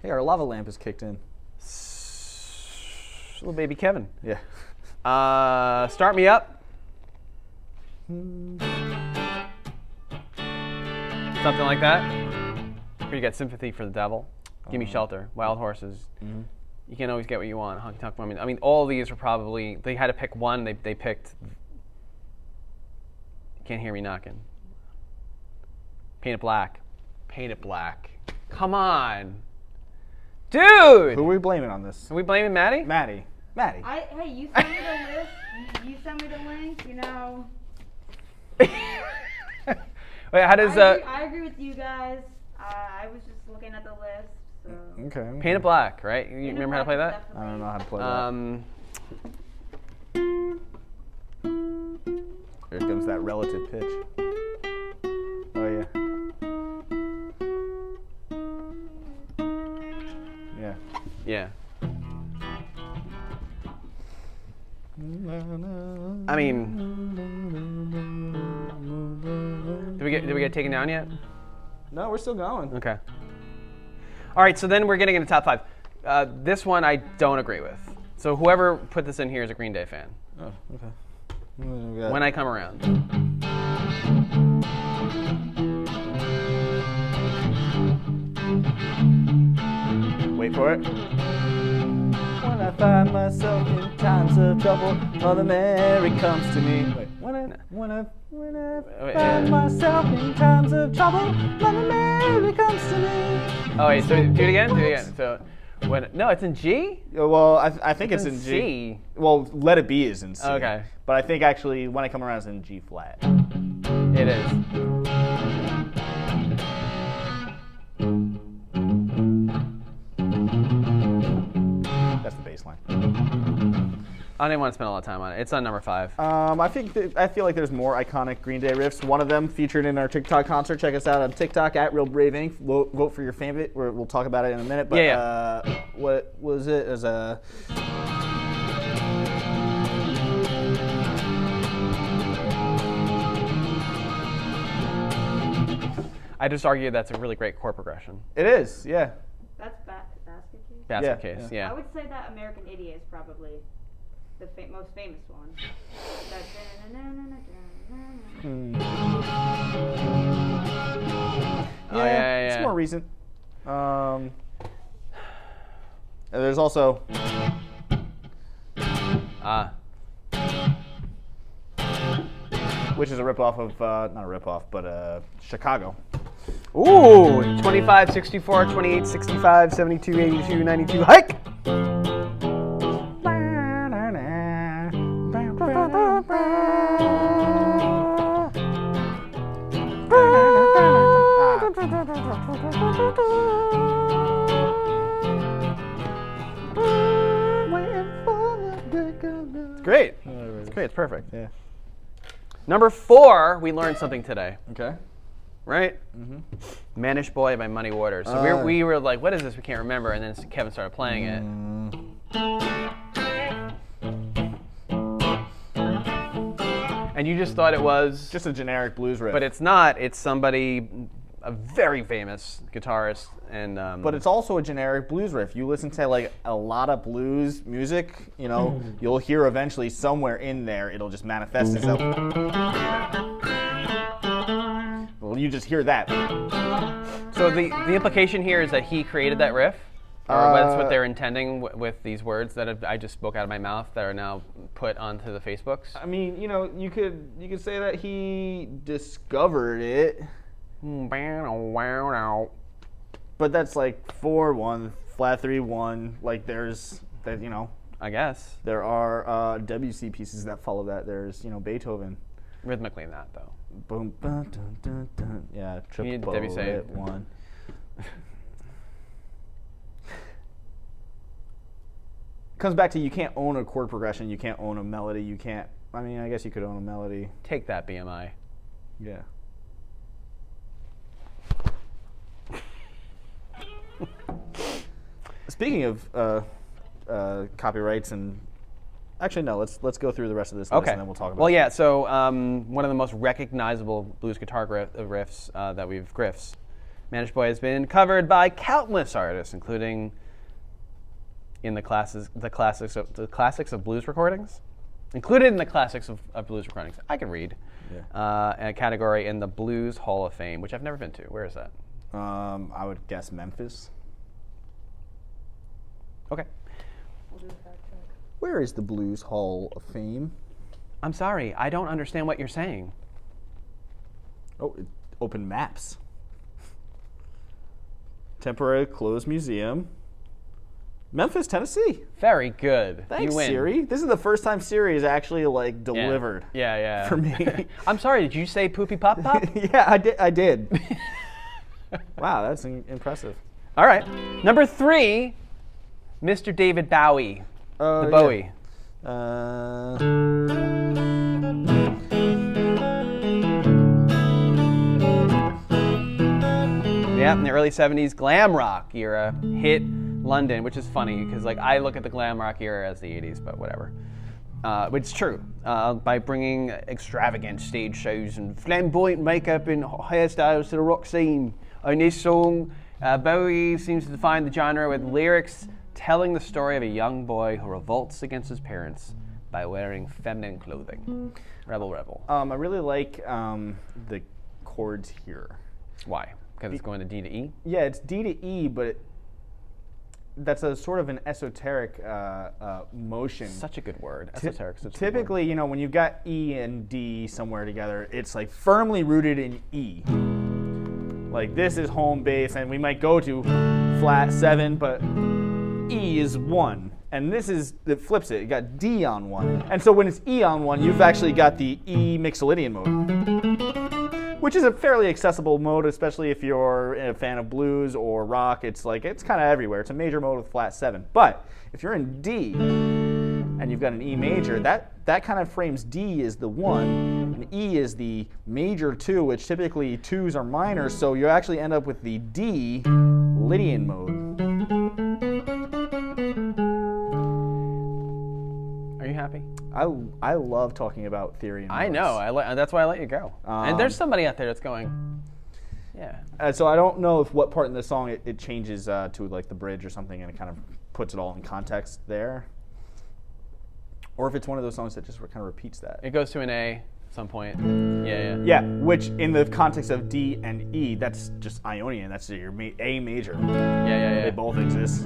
Speaker 2: Hey, our lava lamp is kicked in.
Speaker 1: s- little baby Kevin.
Speaker 2: Yeah.
Speaker 1: Uh, start me up. Something like that. Here you got sympathy for the devil. Give me shelter. Wild horses. You can't always get what you want. Honky tonk woman. I mean, all these are probably they had to pick one. They they picked. Can't hear me knocking. Paint it black. Paint it black. Come on, dude.
Speaker 2: Who are we blaming on this?
Speaker 1: Are we blaming Maddie?
Speaker 2: Maddie. Maddie.
Speaker 3: I hey, you sent me the list. You, you sent me the link. You know,
Speaker 1: Wait, how does
Speaker 3: I,
Speaker 1: uh,
Speaker 3: agree, I agree with you guys. Uh, I was just looking at the list. So.
Speaker 2: Okay.
Speaker 1: Paint It Black, right? You
Speaker 3: Painted
Speaker 1: remember how to play
Speaker 3: Black
Speaker 1: that? Uh-huh.
Speaker 3: is
Speaker 2: I don't know how to play
Speaker 1: Um,
Speaker 2: that. Here comes that relative pitch. Oh yeah. Yeah.
Speaker 1: yeah. I mean, did we get did we get taken down yet?
Speaker 2: No, we're still going.
Speaker 1: Okay. All right, so then we're getting into top five. Uh, this one I don't agree with. So whoever put this in here is a Green Day fan.
Speaker 2: Oh, okay. Mm,
Speaker 1: When I come around.
Speaker 2: wait for it. When I find myself in times of trouble, Mother Mary comes to me. Wait, when I when I when I
Speaker 1: Wait,
Speaker 2: find
Speaker 1: yeah.
Speaker 2: myself in times of trouble, Mother Mary comes to me.
Speaker 1: Oh wait, so do it again. Do it again. So When, no, it's in G?
Speaker 2: Yeah, Well, I, I think it's,
Speaker 1: in
Speaker 2: in G.
Speaker 1: C.
Speaker 2: Well, Let It Be is in C.
Speaker 1: Okay.
Speaker 2: But I think actually when I come around it's in G flat.
Speaker 1: It is.
Speaker 2: That's the bass line.
Speaker 1: I didn't want to spend a lot of time on it. It's on number five.
Speaker 2: Um, I think that, I feel like there's more iconic Green Day riffs. One of them featured in our TikTok concert. Check us out on TikTok at Real Brave Inc. Vote, vote for your favorite. We're, we'll talk about it in a minute. But
Speaker 1: Yeah, yeah.
Speaker 2: Uh, what was it? It was uh, a
Speaker 1: I just argue that's a really great chord progression.
Speaker 2: It is, yeah.
Speaker 3: That's ba- basket case.
Speaker 1: Basket
Speaker 2: Yeah,
Speaker 1: case,
Speaker 2: yeah.
Speaker 1: yeah.
Speaker 3: I would say that American Idiot is probably the fa- most famous one. That-
Speaker 2: Hmm.
Speaker 1: Oh, yeah, yeah,
Speaker 2: It's
Speaker 1: yeah.
Speaker 2: more recent. Um, and there's also
Speaker 1: Ah.
Speaker 2: which is a ripoff of uh, not a ripoff, but uh, Chicago.
Speaker 1: Ooh, 25, 64, 28, 65, 72, 82, 92, hike! Ah. It's great. It's great. It's perfect.
Speaker 2: Yeah.
Speaker 1: Number four, we learned something today,
Speaker 2: Okay.
Speaker 1: right? Mm-hmm. Manish Boy by Muddy Waters. So we, were,
Speaker 2: Ah.
Speaker 1: we were like, what is this? We can't remember. And then Kevin started playing it. And you just thought it was.
Speaker 2: Just a generic blues riff.
Speaker 1: But it's not. It's somebody, a very famous guitarist, and um,
Speaker 2: but it's also a generic blues riff. You listen to like a lot of blues music, you know, you'll hear eventually somewhere in there it'll just manifest itself. Well, you just hear that.
Speaker 1: so the the implication here is that he created that riff, or that's
Speaker 2: Uh,
Speaker 1: what they're intending w- with these words that have, I just spoke out of my mouth that are now put onto the Facebooks.
Speaker 2: I mean, you know, you could you could say that he discovered it, but that's like four one flat three one. Like there's that you know
Speaker 1: I guess
Speaker 2: there are uh, WC pieces that follow that. There's you know Beethoven.
Speaker 1: rhythmically not though.
Speaker 2: Boom, bum, dun, dun, dun. Yeah,
Speaker 1: need
Speaker 2: triple
Speaker 1: Debbie Saved.
Speaker 2: it one. Comes back to you can't own a chord progression, you can't own a melody, you can't. I mean, I guess you could own a melody.
Speaker 1: Take that BMI.
Speaker 2: Yeah. Speaking of uh, uh, copyrights and actually no, let's let's go through the rest of this list
Speaker 1: Okay.
Speaker 2: and then we'll talk about.
Speaker 1: Well,
Speaker 2: it.
Speaker 1: yeah. So um, one of the most recognizable blues guitar gri- uh, riffs uh, that we've griffs, Manish Boy has been covered by countless artists, including in the classes, the classics, of, the classics of blues recordings, included in the classics of, of blues recordings. I can read.
Speaker 2: Yeah.
Speaker 1: Uh, and a category in the Blues Hall of Fame, which I've never been to. Where is that?
Speaker 2: Um, I would guess Memphis.
Speaker 1: Okay.
Speaker 2: Where is the Blues Hall of Fame?
Speaker 1: I'm sorry, I don't understand what you're saying.
Speaker 2: Oh, it, open maps. Temporary closed museum. Memphis, Tennessee.
Speaker 1: Very good.
Speaker 2: Thanks,
Speaker 1: you win.
Speaker 2: Siri. This is the first time Siri is actually like
Speaker 1: Yeah.
Speaker 2: delivered.
Speaker 1: Yeah, yeah.
Speaker 2: for me.
Speaker 1: I'm sorry. Did you say poopy pop pop?
Speaker 2: yeah, I did. I did. wow, that's in- impressive.
Speaker 1: All right. Number three, Mr. David Bowie,
Speaker 2: Uh,
Speaker 1: the Bowie.
Speaker 2: yeah. Uh,
Speaker 1: Yeah. in the early 70s, glam rock era hit London, which is funny because like I look at the glam rock era as the 80s, but whatever. Uh, but it's true. Uh, by bringing extravagant stage shows and flamboyant makeup and hairstyles to the rock scene. On this song, uh, Bowie seems to define the genre with lyrics telling the story of a young boy who revolts against his parents by wearing feminine clothing. Rebel, rebel.
Speaker 2: um, I really like um, the chords here.
Speaker 1: Why? Because it's going to D to E.
Speaker 2: Yeah, it's D to E, but it, that's a sort of an esoteric uh, uh, motion.
Speaker 1: Such a good word.
Speaker 2: Ty-
Speaker 1: Esoteric. such a good word.
Speaker 2: Typically, you know, when you've got E and D somewhere together, it's like firmly rooted in E. Like this is home base, and we might go to flat seven, but E is one, and this is it flips it. You got D on one, and so when it's E on one, you've actually got the E mixolydian mode, which is a fairly accessible mode, especially if you're a fan of blues or rock. It's like it's kind of everywhere. It's a major mode with flat seven, but if you're in D and you've got an E major, that that kind of frames D as the one, and E is the major two, which typically twos are minor, so you actually end up with the D Lydian mode.
Speaker 1: Are you happy?
Speaker 2: I, I love talking about theory. And
Speaker 1: I
Speaker 2: modes.
Speaker 1: know. I let that's why I let you go. and there's
Speaker 2: Um,
Speaker 1: somebody out there that's going, yeah.
Speaker 2: Uh, so I don't know if what part in the song it, it changes uh, to like the bridge or something, and it kind of puts it all in context there, or if it's one of those songs that just kind of repeats that.
Speaker 1: It goes to an A at some point. Yeah, yeah.
Speaker 2: yeah, which in the context of D and E, that's just Ionian. That's your ma- A major.
Speaker 1: Yeah, yeah, yeah.
Speaker 2: They both exist.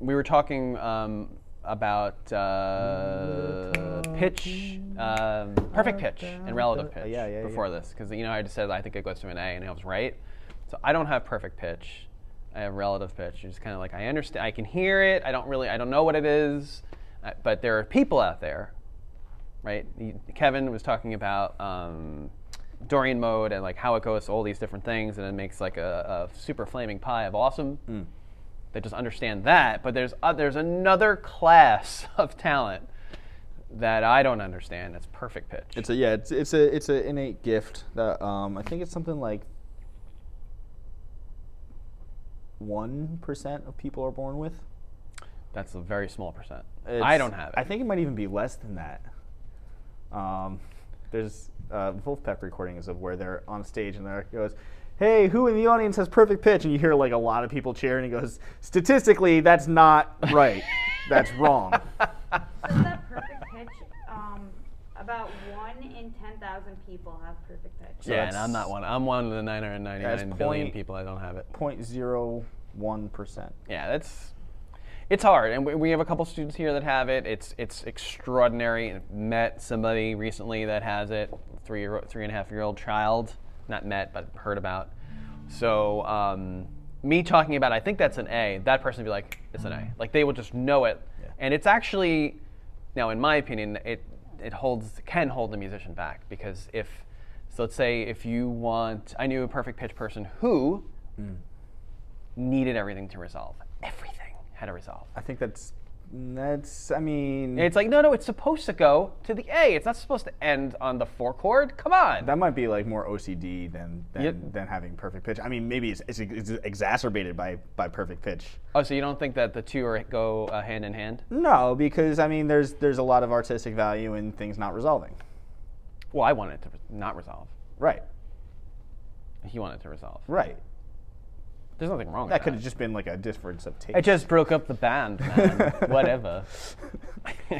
Speaker 1: we were talking um, about uh, pitch, um, perfect pitch, and relative pitch
Speaker 2: Yeah, yeah, yeah.
Speaker 1: before this, because you know I just said I think it goes to an A, and I was right. So I don't have perfect pitch. I have relative pitch. It's kind of like I understand, I can hear it. I don't really, I don't know what it is, uh, but there are people out there, right? You- Kevin was talking about. Um, Dorian mode and like how it goes to all these different things, and it makes like a, a super flaming pie of awesome that just understand that, but there's uh, there's another class of talent that I don't understand. That's perfect pitch.
Speaker 2: It's a yeah. It's it's a it's an innate gift that um, I think it's something like one percent of people are born with.
Speaker 1: That's a very small percent. I
Speaker 2: It's-
Speaker 1: don't have it.
Speaker 2: I think it might even be less than that. Um, there's uh, Wolfpack recordings of where they're on stage and there it goes, "Hey, who in the audience has perfect pitch?" And you hear like a lot of people cheer, and he goes, "Statistically, that's not right. that's wrong."
Speaker 3: What's that perfect pitch? Um, about one in ten thousand people have perfect pitch.
Speaker 2: so
Speaker 1: yeah, and
Speaker 2: that's-
Speaker 1: I'm not one. I'm one of the
Speaker 2: That's
Speaker 1: 999 billion
Speaker 2: point-
Speaker 1: people. I don't have it.
Speaker 2: Point zero one percent.
Speaker 1: Yeah, that's it's hard, and we, we have a couple students here that have it. It's it's extraordinary. I met somebody recently that has it, three year three and a half year old child, not met but heard about. So um, me talking about I think that's an A. That person would be like it's an A. Like they will just know it,
Speaker 2: Yeah.
Speaker 1: and it's actually now in my opinion it it holds can hold the musician back because if so let's say if you want I knew a perfect pitch person who needed everything to resolve. Everything had a resolve.
Speaker 2: I think that's that's. I mean,
Speaker 1: And it's like, no, no, it's supposed to go to the A. It's not supposed to end on the four chord. Come on.
Speaker 2: That might be like more OCD than than,
Speaker 1: Yeah.
Speaker 2: than having perfect pitch. I mean, maybe it's, it's, it's exacerbated by by perfect pitch.
Speaker 1: oh, so you don't think that the two are go uh, hand in hand?
Speaker 2: No, because I mean, there's there's a lot of artistic value in things not resolving.
Speaker 1: Well, I wanted to not resolve.
Speaker 2: Right,
Speaker 1: He wanted to resolve.
Speaker 2: right.
Speaker 1: There's nothing wrong
Speaker 2: That
Speaker 1: with
Speaker 2: could have just been like a difference of taste.
Speaker 1: It just broke up the band, man. Whatever.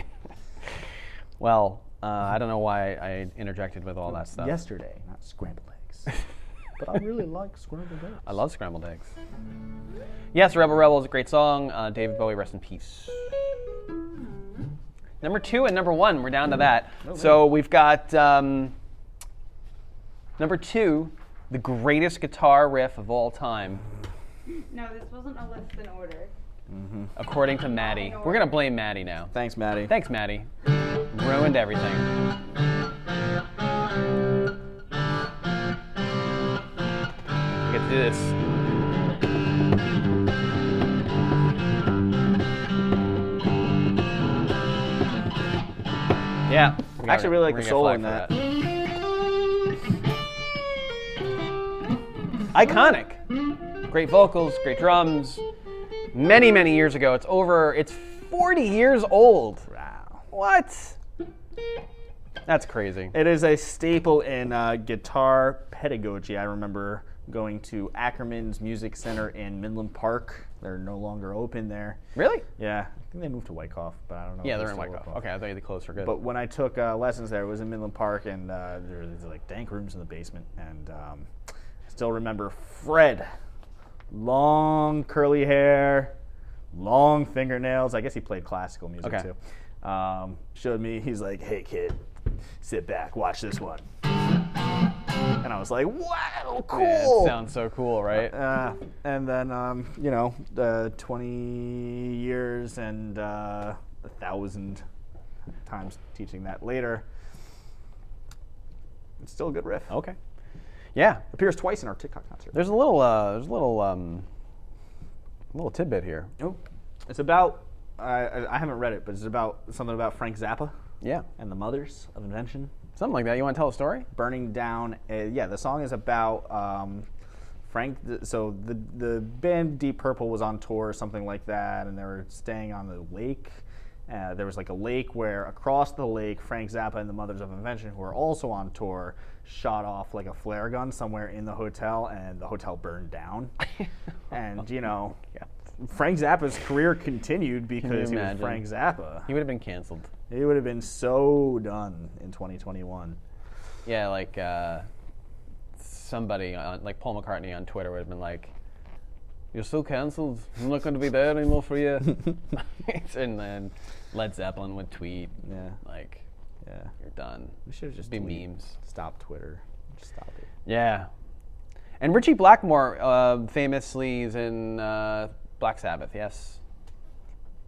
Speaker 1: well, uh, I don't know why I interjected with all that stuff.
Speaker 2: yesterday, not scrambled eggs. but I really like scrambled eggs.
Speaker 1: I love scrambled eggs. Yes, Rebel Rebel is a great song. Uh, David Bowie, rest in peace. Number two and number one, we're down to that. So we've got um, number two, the greatest guitar riff of all time,
Speaker 3: No, this wasn't a list in order.
Speaker 1: according to Maddie. We're gonna blame Maddie now.
Speaker 2: Thanks, Maddie.
Speaker 1: Thanks, Maddie. Ruined everything. Get this. Yeah. we got
Speaker 2: I actually
Speaker 1: it.
Speaker 2: really
Speaker 1: We're
Speaker 2: like the
Speaker 1: gonna
Speaker 2: solo
Speaker 1: get
Speaker 2: in
Speaker 1: flagged
Speaker 2: that.
Speaker 1: for Iconic. Great vocals, great drums. Many, many years ago. It's over, it's 40 years old.
Speaker 2: Wow.
Speaker 1: What? That's crazy.
Speaker 2: It is a staple in uh, guitar pedagogy. I remember going to Ackerman's Music Center in Midland Park. They're no longer open there.
Speaker 1: Really?
Speaker 2: Yeah, I think they moved to Wyckoff, but I don't know.
Speaker 1: Yeah,
Speaker 2: if
Speaker 1: they're in
Speaker 2: still
Speaker 1: Wyckoff. Okay, I thought they closed for good.
Speaker 2: But when I took uh, lessons there, it was in Midland Park, and uh, there were these, like dank rooms in the basement. And um, I still remember Fred, long curly hair, long fingernails. I guess he played classical music
Speaker 1: Okay.
Speaker 2: too. Um, showed me. He's like, "Hey kid, sit back, watch this one." And I was like, wow, cool.
Speaker 1: Yeah, it sounds so cool, right?
Speaker 2: Uh, and then, um, you know, uh, 20 years and uh, a thousand times teaching that later. It's still a good riff.
Speaker 1: Okay. Yeah.
Speaker 2: Appears twice in our TikTok concert.
Speaker 1: There's a little. Uh, there's a little. Um, little tidbit here.
Speaker 2: Oh, it's about, I I, I haven't read it, but it's about something about Frank Zappa
Speaker 1: Yeah.
Speaker 2: and the Mothers of Invention.
Speaker 1: Something like that. You want to tell a story?
Speaker 2: burning down. A, yeah, the song is about um, Frank. th- So the the band Deep Purple was on tour or something like that, and they were staying on the lake. Uh, there was like a lake where across the lake, Frank Zappa and the Mothers of Invention, who are also on tour, shot off like a flare gun somewhere in the hotel, and the hotel burned down. and you know, Frank Zappa's career continued because he was
Speaker 1: imagine?
Speaker 2: Frank Zappa.
Speaker 1: He would have been canceled.
Speaker 2: He would have been so done in 2021.
Speaker 1: Yeah, like uh, somebody on, like Paul McCartney on Twitter would have been like, "You're so canceled. I'm not going to be there anymore for you." and then Led Zeppelin would tweet,
Speaker 2: Yeah,
Speaker 1: like,
Speaker 2: yeah.
Speaker 1: "You're done."
Speaker 2: We should have just
Speaker 1: Be
Speaker 2: delete-
Speaker 1: memes.
Speaker 2: Stop Twitter. Just stop it.
Speaker 1: Yeah. And Richie Blackmore uh, famously is in uh, Black Sabbath. Yes.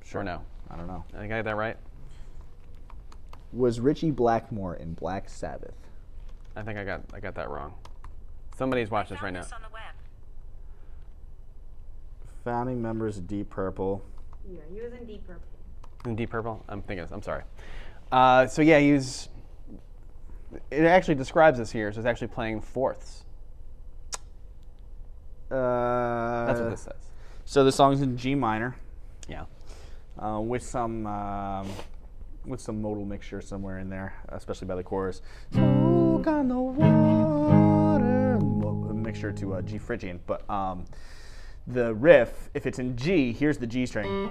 Speaker 1: Sure. No.
Speaker 2: I don't know.
Speaker 1: I think I got that right.
Speaker 2: Was Richie Blackmore in Black Sabbath?
Speaker 1: I think I got I got that wrong. Somebody's watching this
Speaker 4: Found
Speaker 1: right now.
Speaker 4: this on the web.
Speaker 2: Founding members of Deep Purple.
Speaker 3: Yeah, he was in Deep Purple.
Speaker 1: In Deep Purple? I'm thinking, I'm sorry. Uh, so yeah, he's, it actually describes this here, so he's actually playing fourths.
Speaker 2: Uh,
Speaker 1: That's what this says.
Speaker 2: So the song's in G minor,
Speaker 1: Yeah.
Speaker 2: uh, with some um, with some modal mixture somewhere in there, especially by the chorus. Smoke on the water. Mo- a mixture to uh, G Phrygian, but um, the riff, if it's in G, here's the G string.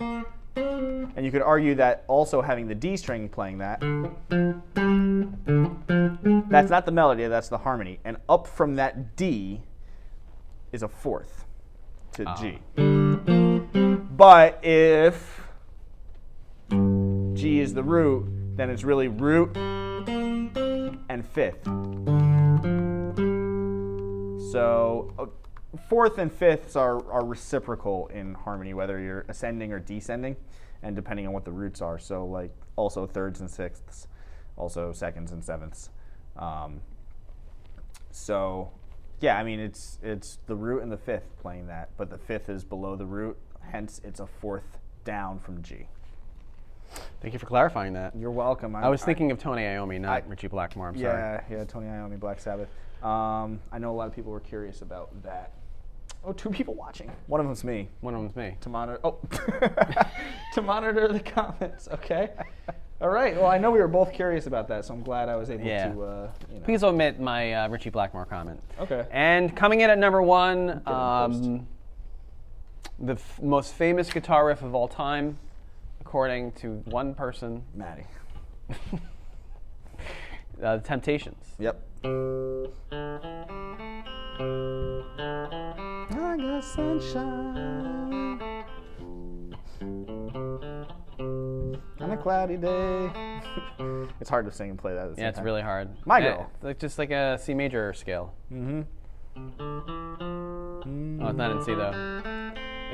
Speaker 2: And you could argue that also having the D string playing that. That's not the melody, that's the harmony. And up from that D is a fourth to G. But if G is the root, then it's really root and fifth. So uh, fourth and fifths are, are reciprocal in harmony, whether you're ascending or descending, and depending on what the roots are. So like also thirds and sixths, also seconds and sevenths. Um, so yeah, I mean it's it's the root and the fifth playing that, but the fifth is below the root, hence it's a fourth down from G.
Speaker 1: Thank you for clarifying that.
Speaker 2: You're welcome.
Speaker 1: I was thinking of Tony Iommi, not
Speaker 2: I-
Speaker 1: Richie Blackmore. I'm sorry.
Speaker 2: Yeah, yeah, Tony Iommi, Black Sabbath. Um, I know a lot of people were curious about that. Oh, two people watching. One of them's me.
Speaker 1: One of them's me.
Speaker 2: To monitor. Oh, to monitor the comments. Okay. All right. Well, I know we were both curious about that, so I'm glad I was able
Speaker 1: Yeah.
Speaker 2: to. Uh, you know.
Speaker 1: Please omit my uh, Richie Blackmore comment.
Speaker 2: Okay.
Speaker 1: And coming in at number one,
Speaker 2: first.
Speaker 1: um, the f- most famous guitar riff of all time, according to one person,
Speaker 2: Maddie.
Speaker 1: uh, The Temptations.
Speaker 2: Yep. I got sunshine on a cloudy day. it's hard to sing and play that. At the same
Speaker 1: Yeah, it's
Speaker 2: time.
Speaker 1: really hard. Uh,
Speaker 2: My Girl.
Speaker 1: like just like a C major scale. Mm-hmm. Oh, it's not in C though.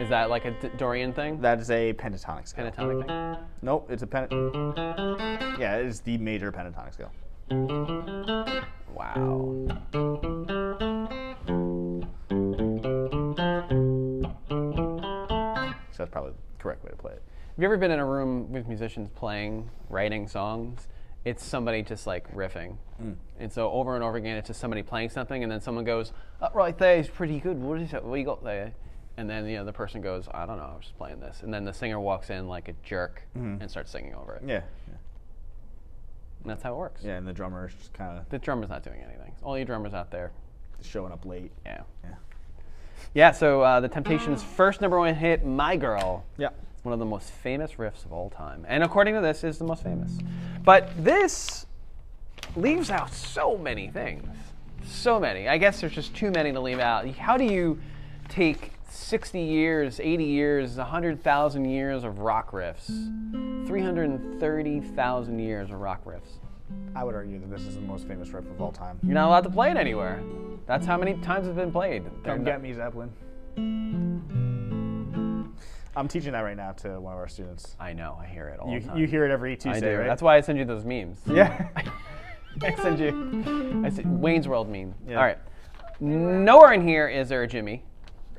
Speaker 1: Is that like a D- Dorian thing?
Speaker 2: That is a pentatonic scale.
Speaker 1: pentatonic thing.
Speaker 2: nope, it's a pen. Yeah, it is the major pentatonic scale.
Speaker 1: Wow.
Speaker 2: So that's probably the correct way to play it.
Speaker 1: Have you ever been in a room with musicians playing, writing songs? It's somebody just like riffing,
Speaker 2: Hmm.
Speaker 1: and so over and over again, it's just somebody playing something, and then someone goes, "That right there is pretty good. What is that? What you got there?" And then you know the person goes, "I don't know. I was just playing this." And then the singer walks in like a jerk and starts singing over it.
Speaker 2: Hmm. Yeah.
Speaker 1: And that's how it works.
Speaker 2: Yeah, and the drummer is just kind of
Speaker 1: The drummer's not doing anything. All you drummers out there,
Speaker 2: showing up late.
Speaker 1: yeah.
Speaker 2: Yeah.
Speaker 1: Yeah, so uh, The Temptations' first number one hit, My Girl.
Speaker 2: Yeah.
Speaker 1: It's one of the most famous riffs of all time. And according to this, is the most famous. But this leaves out so many things. So many. I guess there's just too many to leave out. How do you take 60 years, 80 years, 100,000 years of rock riffs, 330,000 years of rock riffs,
Speaker 4: I would argue that this is the most famous riff of all time.
Speaker 1: You're not allowed to play it anywhere. That's how many times it's been played. They're
Speaker 4: Come
Speaker 1: not-
Speaker 4: get me, Zeppelin.
Speaker 2: I'm teaching that right now to one of our students.
Speaker 1: I know. I hear it all
Speaker 4: You,
Speaker 1: the time.
Speaker 4: you hear it every
Speaker 1: I
Speaker 4: Tuesday,
Speaker 1: do.
Speaker 4: right?
Speaker 1: That's why I send you those memes.
Speaker 4: yeah.
Speaker 1: I send you. I send, Wayne's World meme.
Speaker 2: Yeah.
Speaker 1: All right. Nowhere in here is there a Jimmy.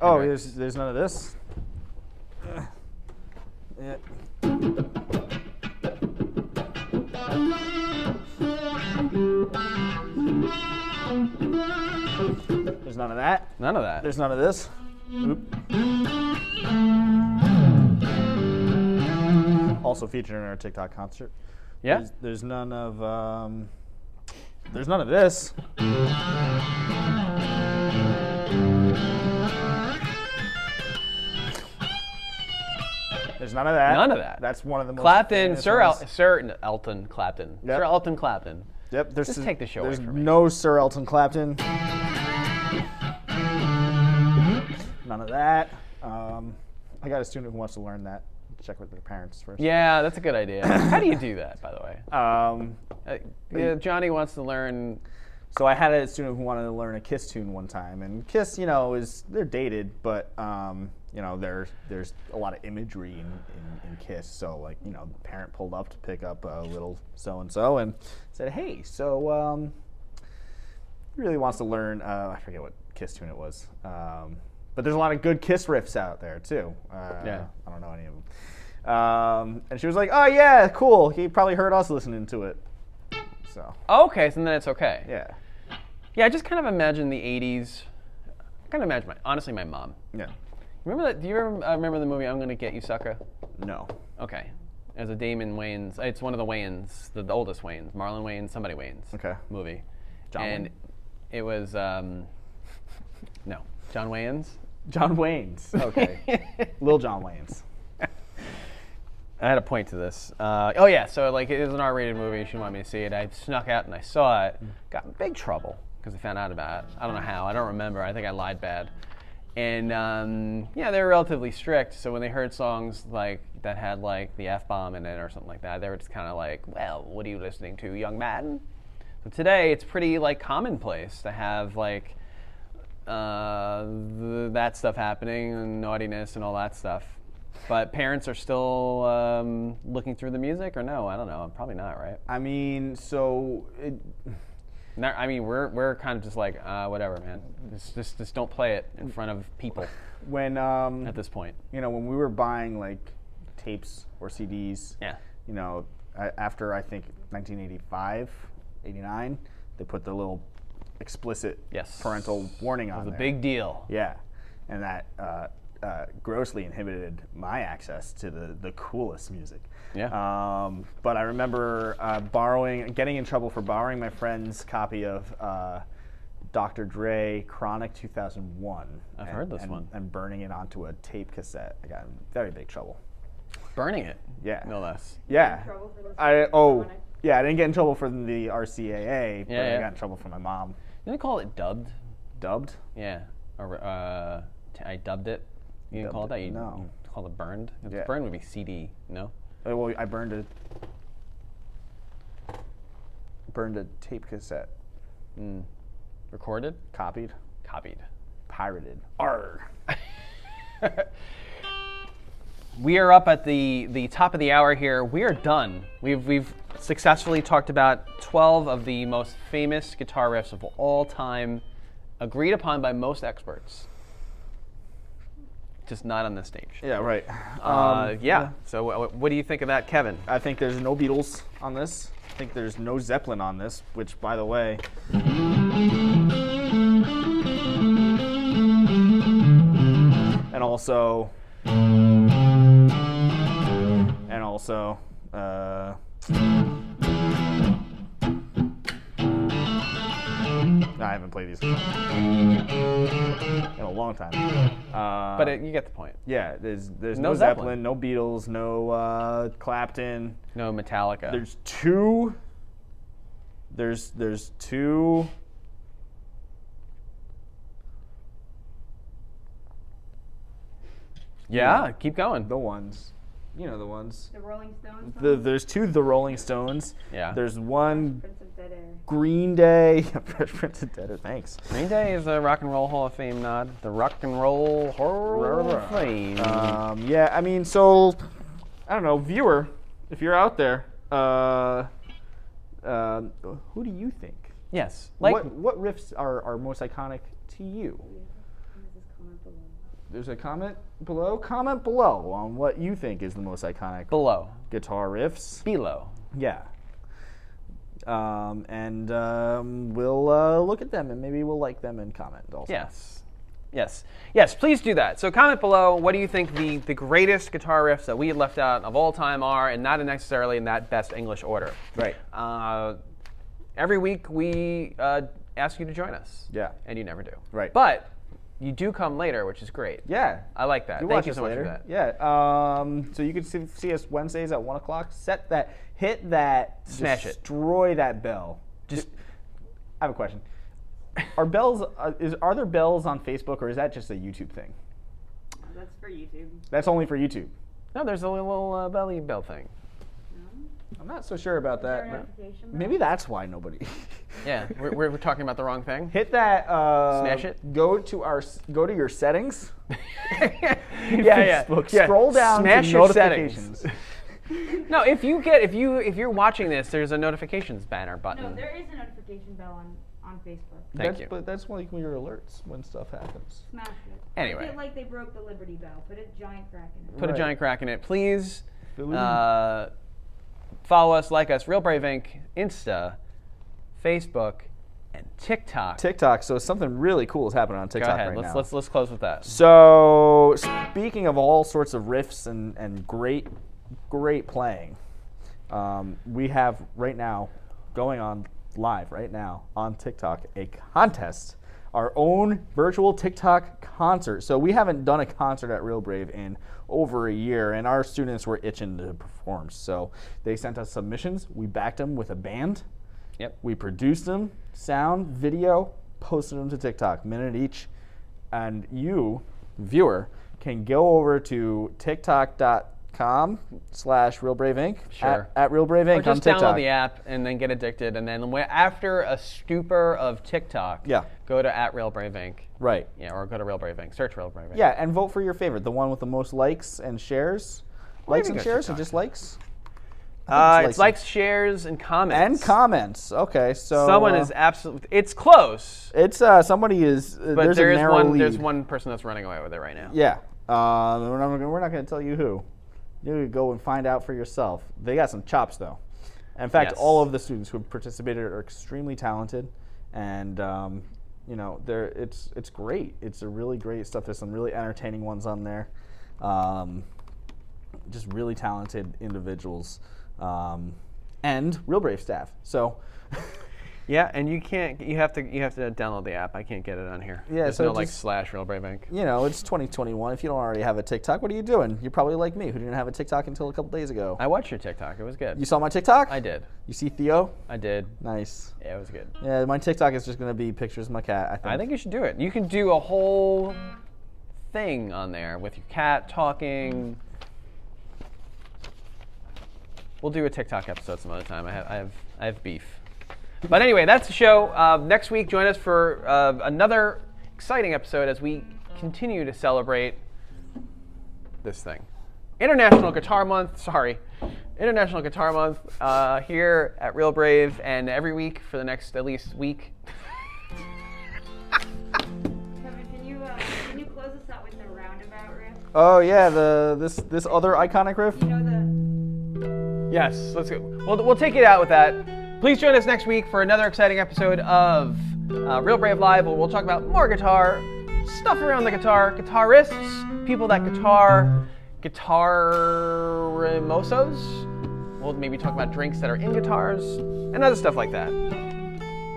Speaker 2: Oh, there's there's none of this. Yeah. There's none of that.
Speaker 1: None of that.
Speaker 2: There's none of this. Oop. Also featured in our TikTok concert.
Speaker 1: yeah.
Speaker 2: There's, there's none of um, there's none of this. There's none of that.
Speaker 1: None of that.
Speaker 2: That's one of the most
Speaker 1: Clapton,
Speaker 2: famous
Speaker 1: Sir, El-
Speaker 2: ones.
Speaker 1: Sir N- Elton Clapton.
Speaker 2: Yep.
Speaker 1: Sir Elton Clapton.
Speaker 2: Yep. There's
Speaker 1: Just take the show away
Speaker 2: There's
Speaker 1: from me.
Speaker 2: no Sir Elton Clapton. None of that. Um, I got a student who wants to learn that. Check with their parents first.
Speaker 1: Yeah, that's a good idea. How do you do that, by the way?
Speaker 2: Um,
Speaker 1: Uh, yeah, Johnny wants to learn.
Speaker 2: So I had a student who wanted to learn a Kiss tune one time, and Kiss, you know, is they're dated, but um, you know, there's there's a lot of imagery in, in, in Kiss. So like, you know, the parent pulled up to pick up a little so and so, and said, "Hey, so um, he really wants to learn. Uh, I forget what Kiss tune it was, um, but there's a lot of good Kiss riffs out there too. Uh,
Speaker 1: Yeah.
Speaker 2: I don't know any of them." Um, and she was like, "Oh yeah, cool. He probably heard us listening to it." So
Speaker 1: Okay, so then it's okay.
Speaker 2: yeah,
Speaker 1: Yeah, I just kind of imagine the '80s. I kind of imagine, my, honestly, my mom.
Speaker 2: yeah,
Speaker 1: Remember that? Do you rem- uh, remember the movie "I'm Gonna Get You, Sucker"?
Speaker 2: no.
Speaker 1: Okay. As a Damon Wayans, it's one of the Wayans, the, the oldest Wayans, Marlon Wayans, somebody Wayans.
Speaker 2: Okay.
Speaker 1: Movie.
Speaker 2: John
Speaker 1: and
Speaker 2: Wayne?
Speaker 1: it was um, no John Wayans.
Speaker 2: John Wayne's. Okay. Lil John Wayne's.
Speaker 1: I had a point to this. Uh, oh yeah, so like it was an R-rated movie. She wanted me to see it. I snuck out and I saw it. Got in big trouble because I found out about it. I don't know how. I don't remember. I think I lied bad. And um, yeah, they were relatively strict. So when they heard songs like that had like the f-bomb in it or something like that, they were just kind of like, "Well, what are you listening to, young man?" So today, it's pretty like commonplace to have like uh, th- that stuff happening and naughtiness and all that stuff. But parents are still um, looking through the music, or no? I don't know. Probably not, right?
Speaker 2: I mean, so it,
Speaker 1: No, I mean, we're we're kind of just like uh, whatever, man. Just, just just don't play it in front of people
Speaker 2: when um,
Speaker 1: at this point.
Speaker 2: you know, when we were buying like tapes or CDs,
Speaker 1: Yeah.
Speaker 2: you know, a- after I think 1985, 89, they put the little explicit
Speaker 1: Yes.
Speaker 2: parental warning on
Speaker 1: It was a
Speaker 2: there.
Speaker 1: big deal.
Speaker 2: Yeah, and that uh, uh, grossly inhibited my access to the, the coolest music.
Speaker 1: Yeah.
Speaker 2: Um, but I remember uh, borrowing, getting in trouble for borrowing my friend's copy of uh, Dr. Dre Chronic 2001.
Speaker 1: I've
Speaker 2: and-
Speaker 1: heard this
Speaker 2: and-
Speaker 1: one.
Speaker 2: And burning it onto a tape cassette. I got in very big trouble.
Speaker 1: Burning it.
Speaker 2: Yeah.
Speaker 1: No less.
Speaker 2: Yeah.
Speaker 3: trouble for listening
Speaker 2: I
Speaker 3: to
Speaker 2: oh
Speaker 3: Chronic?
Speaker 2: yeah. I didn't get in trouble for the RCAA, but
Speaker 1: Yeah,
Speaker 2: I
Speaker 1: yeah.
Speaker 2: got in trouble for my mom.
Speaker 1: Didn't they call it dubbed?
Speaker 2: Dubbed.
Speaker 1: Yeah. Or, uh, t- I dubbed it. You didn't
Speaker 2: Dubbed
Speaker 1: call it that.
Speaker 2: it?
Speaker 1: You,
Speaker 2: No.
Speaker 1: you called it burned.
Speaker 2: Yeah.
Speaker 1: Burned would be CD. No.
Speaker 2: Uh, Well, I burned a burned a tape cassette,
Speaker 1: Mm. Recorded.
Speaker 2: copied,
Speaker 1: Copied.
Speaker 2: pirated. R.
Speaker 1: we are up at the the top of the hour here. We are done. We've we've successfully talked about 12 of the most famous guitar riffs of all time, agreed upon by most experts. Just not on this stage.
Speaker 2: Yeah, um, right.
Speaker 1: Uh, yeah. So wh- wh- what do you think of that, Kevin?
Speaker 2: I think there's no Beatles on this. I think there's no Zeppelin on this, which, by the way, and also, and also, uh, I haven't played these in a long time. Uh,
Speaker 1: But it, you get the point.
Speaker 2: yeah, there's there's
Speaker 1: No
Speaker 2: no,
Speaker 1: Zeppelin.
Speaker 2: Zeppelin, no Beatles, no uh, Clapton.
Speaker 1: No Metallica.
Speaker 2: There's two. There's there's two.
Speaker 1: yeah, keep going.
Speaker 2: The ones. you know the ones.
Speaker 3: The Rolling Stones.
Speaker 2: The,
Speaker 3: song?
Speaker 2: there's two The Rolling Stones.
Speaker 1: Yeah.
Speaker 2: There's one
Speaker 3: Prince of Dead Air.
Speaker 2: Green Day. Fresh Prince of Dead. Thanks.
Speaker 1: Green Day is a Rock and Roll Hall of Fame nod. The Rock and Roll Hall of Fame.
Speaker 2: Um, yeah, I mean, so I don't know, viewer, if you're out there, uh, uh, who do you think?
Speaker 1: yes. Like
Speaker 2: what what riffs are, are most iconic to you?
Speaker 3: This is comment below.
Speaker 2: There's a comment below. Comment below on what you think is the most iconic
Speaker 1: below.
Speaker 2: guitar riffs.
Speaker 1: Below.
Speaker 2: Yeah. Um, and um, we'll uh, look at them and maybe we'll like them and comment also.
Speaker 1: Yes. Yes. Yes, please do that. So comment below what do you think the, the greatest guitar riffs that we left out of all time are, and not necessarily in that best English order.
Speaker 2: Right.
Speaker 1: Uh, every week we uh, ask you to join us.
Speaker 2: Yeah.
Speaker 1: And you never do.
Speaker 2: Right.
Speaker 1: But you do come later, which is great.
Speaker 2: Yeah.
Speaker 1: I like that.
Speaker 2: You
Speaker 1: Uh, Thank
Speaker 2: watch
Speaker 1: you
Speaker 2: us
Speaker 1: so
Speaker 2: later.
Speaker 1: much for that.
Speaker 2: Yeah. Um, so you can see, see us Wednesdays at one o'clock. Set that. Hit that.
Speaker 1: Smash it.
Speaker 2: Destroy that bell.
Speaker 1: Just
Speaker 2: I have a question. Are bells? Uh, is are there bells on Facebook or is that just a YouTube thing?
Speaker 3: Oh, That's for YouTube.
Speaker 2: That's only for YouTube.
Speaker 1: no, there's a little uh, belly bell thing.
Speaker 3: No?
Speaker 2: I'm not so sure about
Speaker 3: Is there
Speaker 2: that.
Speaker 3: an application bell?
Speaker 2: Maybe that's why nobody.
Speaker 1: Yeah, we're, we're we're talking about the wrong thing.
Speaker 2: Hit that. Uh,
Speaker 1: Smash it.
Speaker 2: Go to our. s- Go to your settings.
Speaker 1: yeah,
Speaker 2: Facebook. Scroll down
Speaker 1: Smash
Speaker 2: to
Speaker 1: your
Speaker 2: notifications.
Speaker 1: settings. No, if you get if you if you're watching this, there's a notifications banner button.
Speaker 3: No, there is a notification bell on, on Facebook.
Speaker 1: Thank
Speaker 2: that's,
Speaker 1: you.
Speaker 2: But that's like when your alerts when stuff happens.
Speaker 3: Smash it.
Speaker 1: Anyway.
Speaker 3: I feel like they broke the Liberty Bell. Put a giant crack in it.
Speaker 1: Put a
Speaker 2: Right.
Speaker 1: giant crack in it, please.
Speaker 2: Believe.
Speaker 1: Uh, follow us, like us, Real Brave Inc. Insta, Facebook, and TikTok.
Speaker 2: TikTok. So something really cool is happening on
Speaker 1: Go
Speaker 2: TikTok
Speaker 1: ahead.
Speaker 2: right
Speaker 1: let's
Speaker 2: now.
Speaker 1: let's let's close with that.
Speaker 2: So speaking of all sorts of riffs and, and great, great playing, um, we have right now going on live right now on TikTok a contest, our own virtual TikTok concert. So we haven't done a concert at Real Brave in over a year, and our students were itching to perform. So they sent us submissions. We backed them with a band.
Speaker 1: Yep.
Speaker 2: We produced them, sound, video, posted them to TikTok, minute each. And you, viewer, can go over to TikTok.com slash Real Brave Inc.
Speaker 1: Sure.
Speaker 2: At, at Real Brave Inc.
Speaker 1: Or just
Speaker 2: on
Speaker 1: download
Speaker 2: TikTok.
Speaker 1: the app and then get addicted, and then wh- after a stupor of TikTok,
Speaker 2: Yeah.
Speaker 1: go to at Real Brave Inc.
Speaker 2: Right.
Speaker 1: Yeah, or go to Real Brave Inc. Search Real Brave Inc.
Speaker 2: Yeah, and vote for your favorite, the one with the most likes and shares. Likes
Speaker 1: maybe
Speaker 2: and
Speaker 1: go
Speaker 2: shares or
Speaker 1: TikTok.
Speaker 2: just likes?
Speaker 1: Uh,
Speaker 2: It's
Speaker 1: it's
Speaker 2: likes
Speaker 1: likes, shares, and comments.
Speaker 2: And comments. Okay, so
Speaker 1: Someone
Speaker 2: uh,
Speaker 1: is absolutely. It's close,
Speaker 2: It's uh, somebody is. Uh,
Speaker 1: but
Speaker 2: there's
Speaker 1: there
Speaker 2: a
Speaker 1: is
Speaker 2: narrow
Speaker 1: one.
Speaker 2: lead.
Speaker 1: There's one person that's running away with it right now.
Speaker 2: Yeah. Uh, we're not, gonna- we're not going to tell you who. You can go and find out for yourself. They got some chops, though. In fact,
Speaker 1: Yes.
Speaker 2: all of the students who participated are extremely talented, and um, you know, they're, it's it's great. It's a really great stuff. There's some really entertaining ones on there. Um, just really talented individuals, um, and real brave staff. So.
Speaker 1: Yeah, and you can't. You have to. You have to download the app. I can't get it on here.
Speaker 2: Yeah,
Speaker 1: There's
Speaker 2: so
Speaker 1: no like
Speaker 2: just-
Speaker 1: slash Real Brave Inc.
Speaker 2: you know, it's 2021. If you don't already have a TikTok, what are you doing? You're probably like me, who didn't have a TikTok until a couple days ago.
Speaker 1: I watched your TikTok. It was good.
Speaker 2: You saw my TikTok?
Speaker 1: I did.
Speaker 2: You see Theo?
Speaker 1: I did.
Speaker 2: Nice.
Speaker 1: Yeah, it was good.
Speaker 2: Yeah, my TikTok is just gonna be pictures of my cat. I think.
Speaker 1: I think you should do it. You can do a whole thing on there with your cat talking. We'll do a TikTok episode some other time. I have, I have, I have beef. But anyway, that's the show. Uh, next week, join us for uh, another exciting episode as we continue to celebrate this thing. International Guitar Month, sorry. International Guitar Month uh, here at Real Brave and every week for the next at least week.
Speaker 3: Kevin, can you, uh, can you close us out with the roundabout riff?
Speaker 2: Oh yeah, the this this other iconic riff.
Speaker 3: You know the.
Speaker 1: Yes, let's go. We'll, we'll take it out with that. Please join us next week for another exciting episode of uh, Real Brave Live, where we'll talk about more guitar, stuff around the guitar, guitarists, people that guitar, guitar mimosos. We'll maybe talk about drinks that are in guitars and other stuff like that.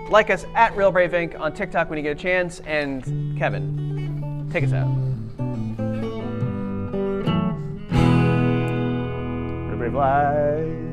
Speaker 1: Like us at Real Brave Inc. on TikTok when you get a chance. And Kevin, take us out.
Speaker 2: Real Brave Live.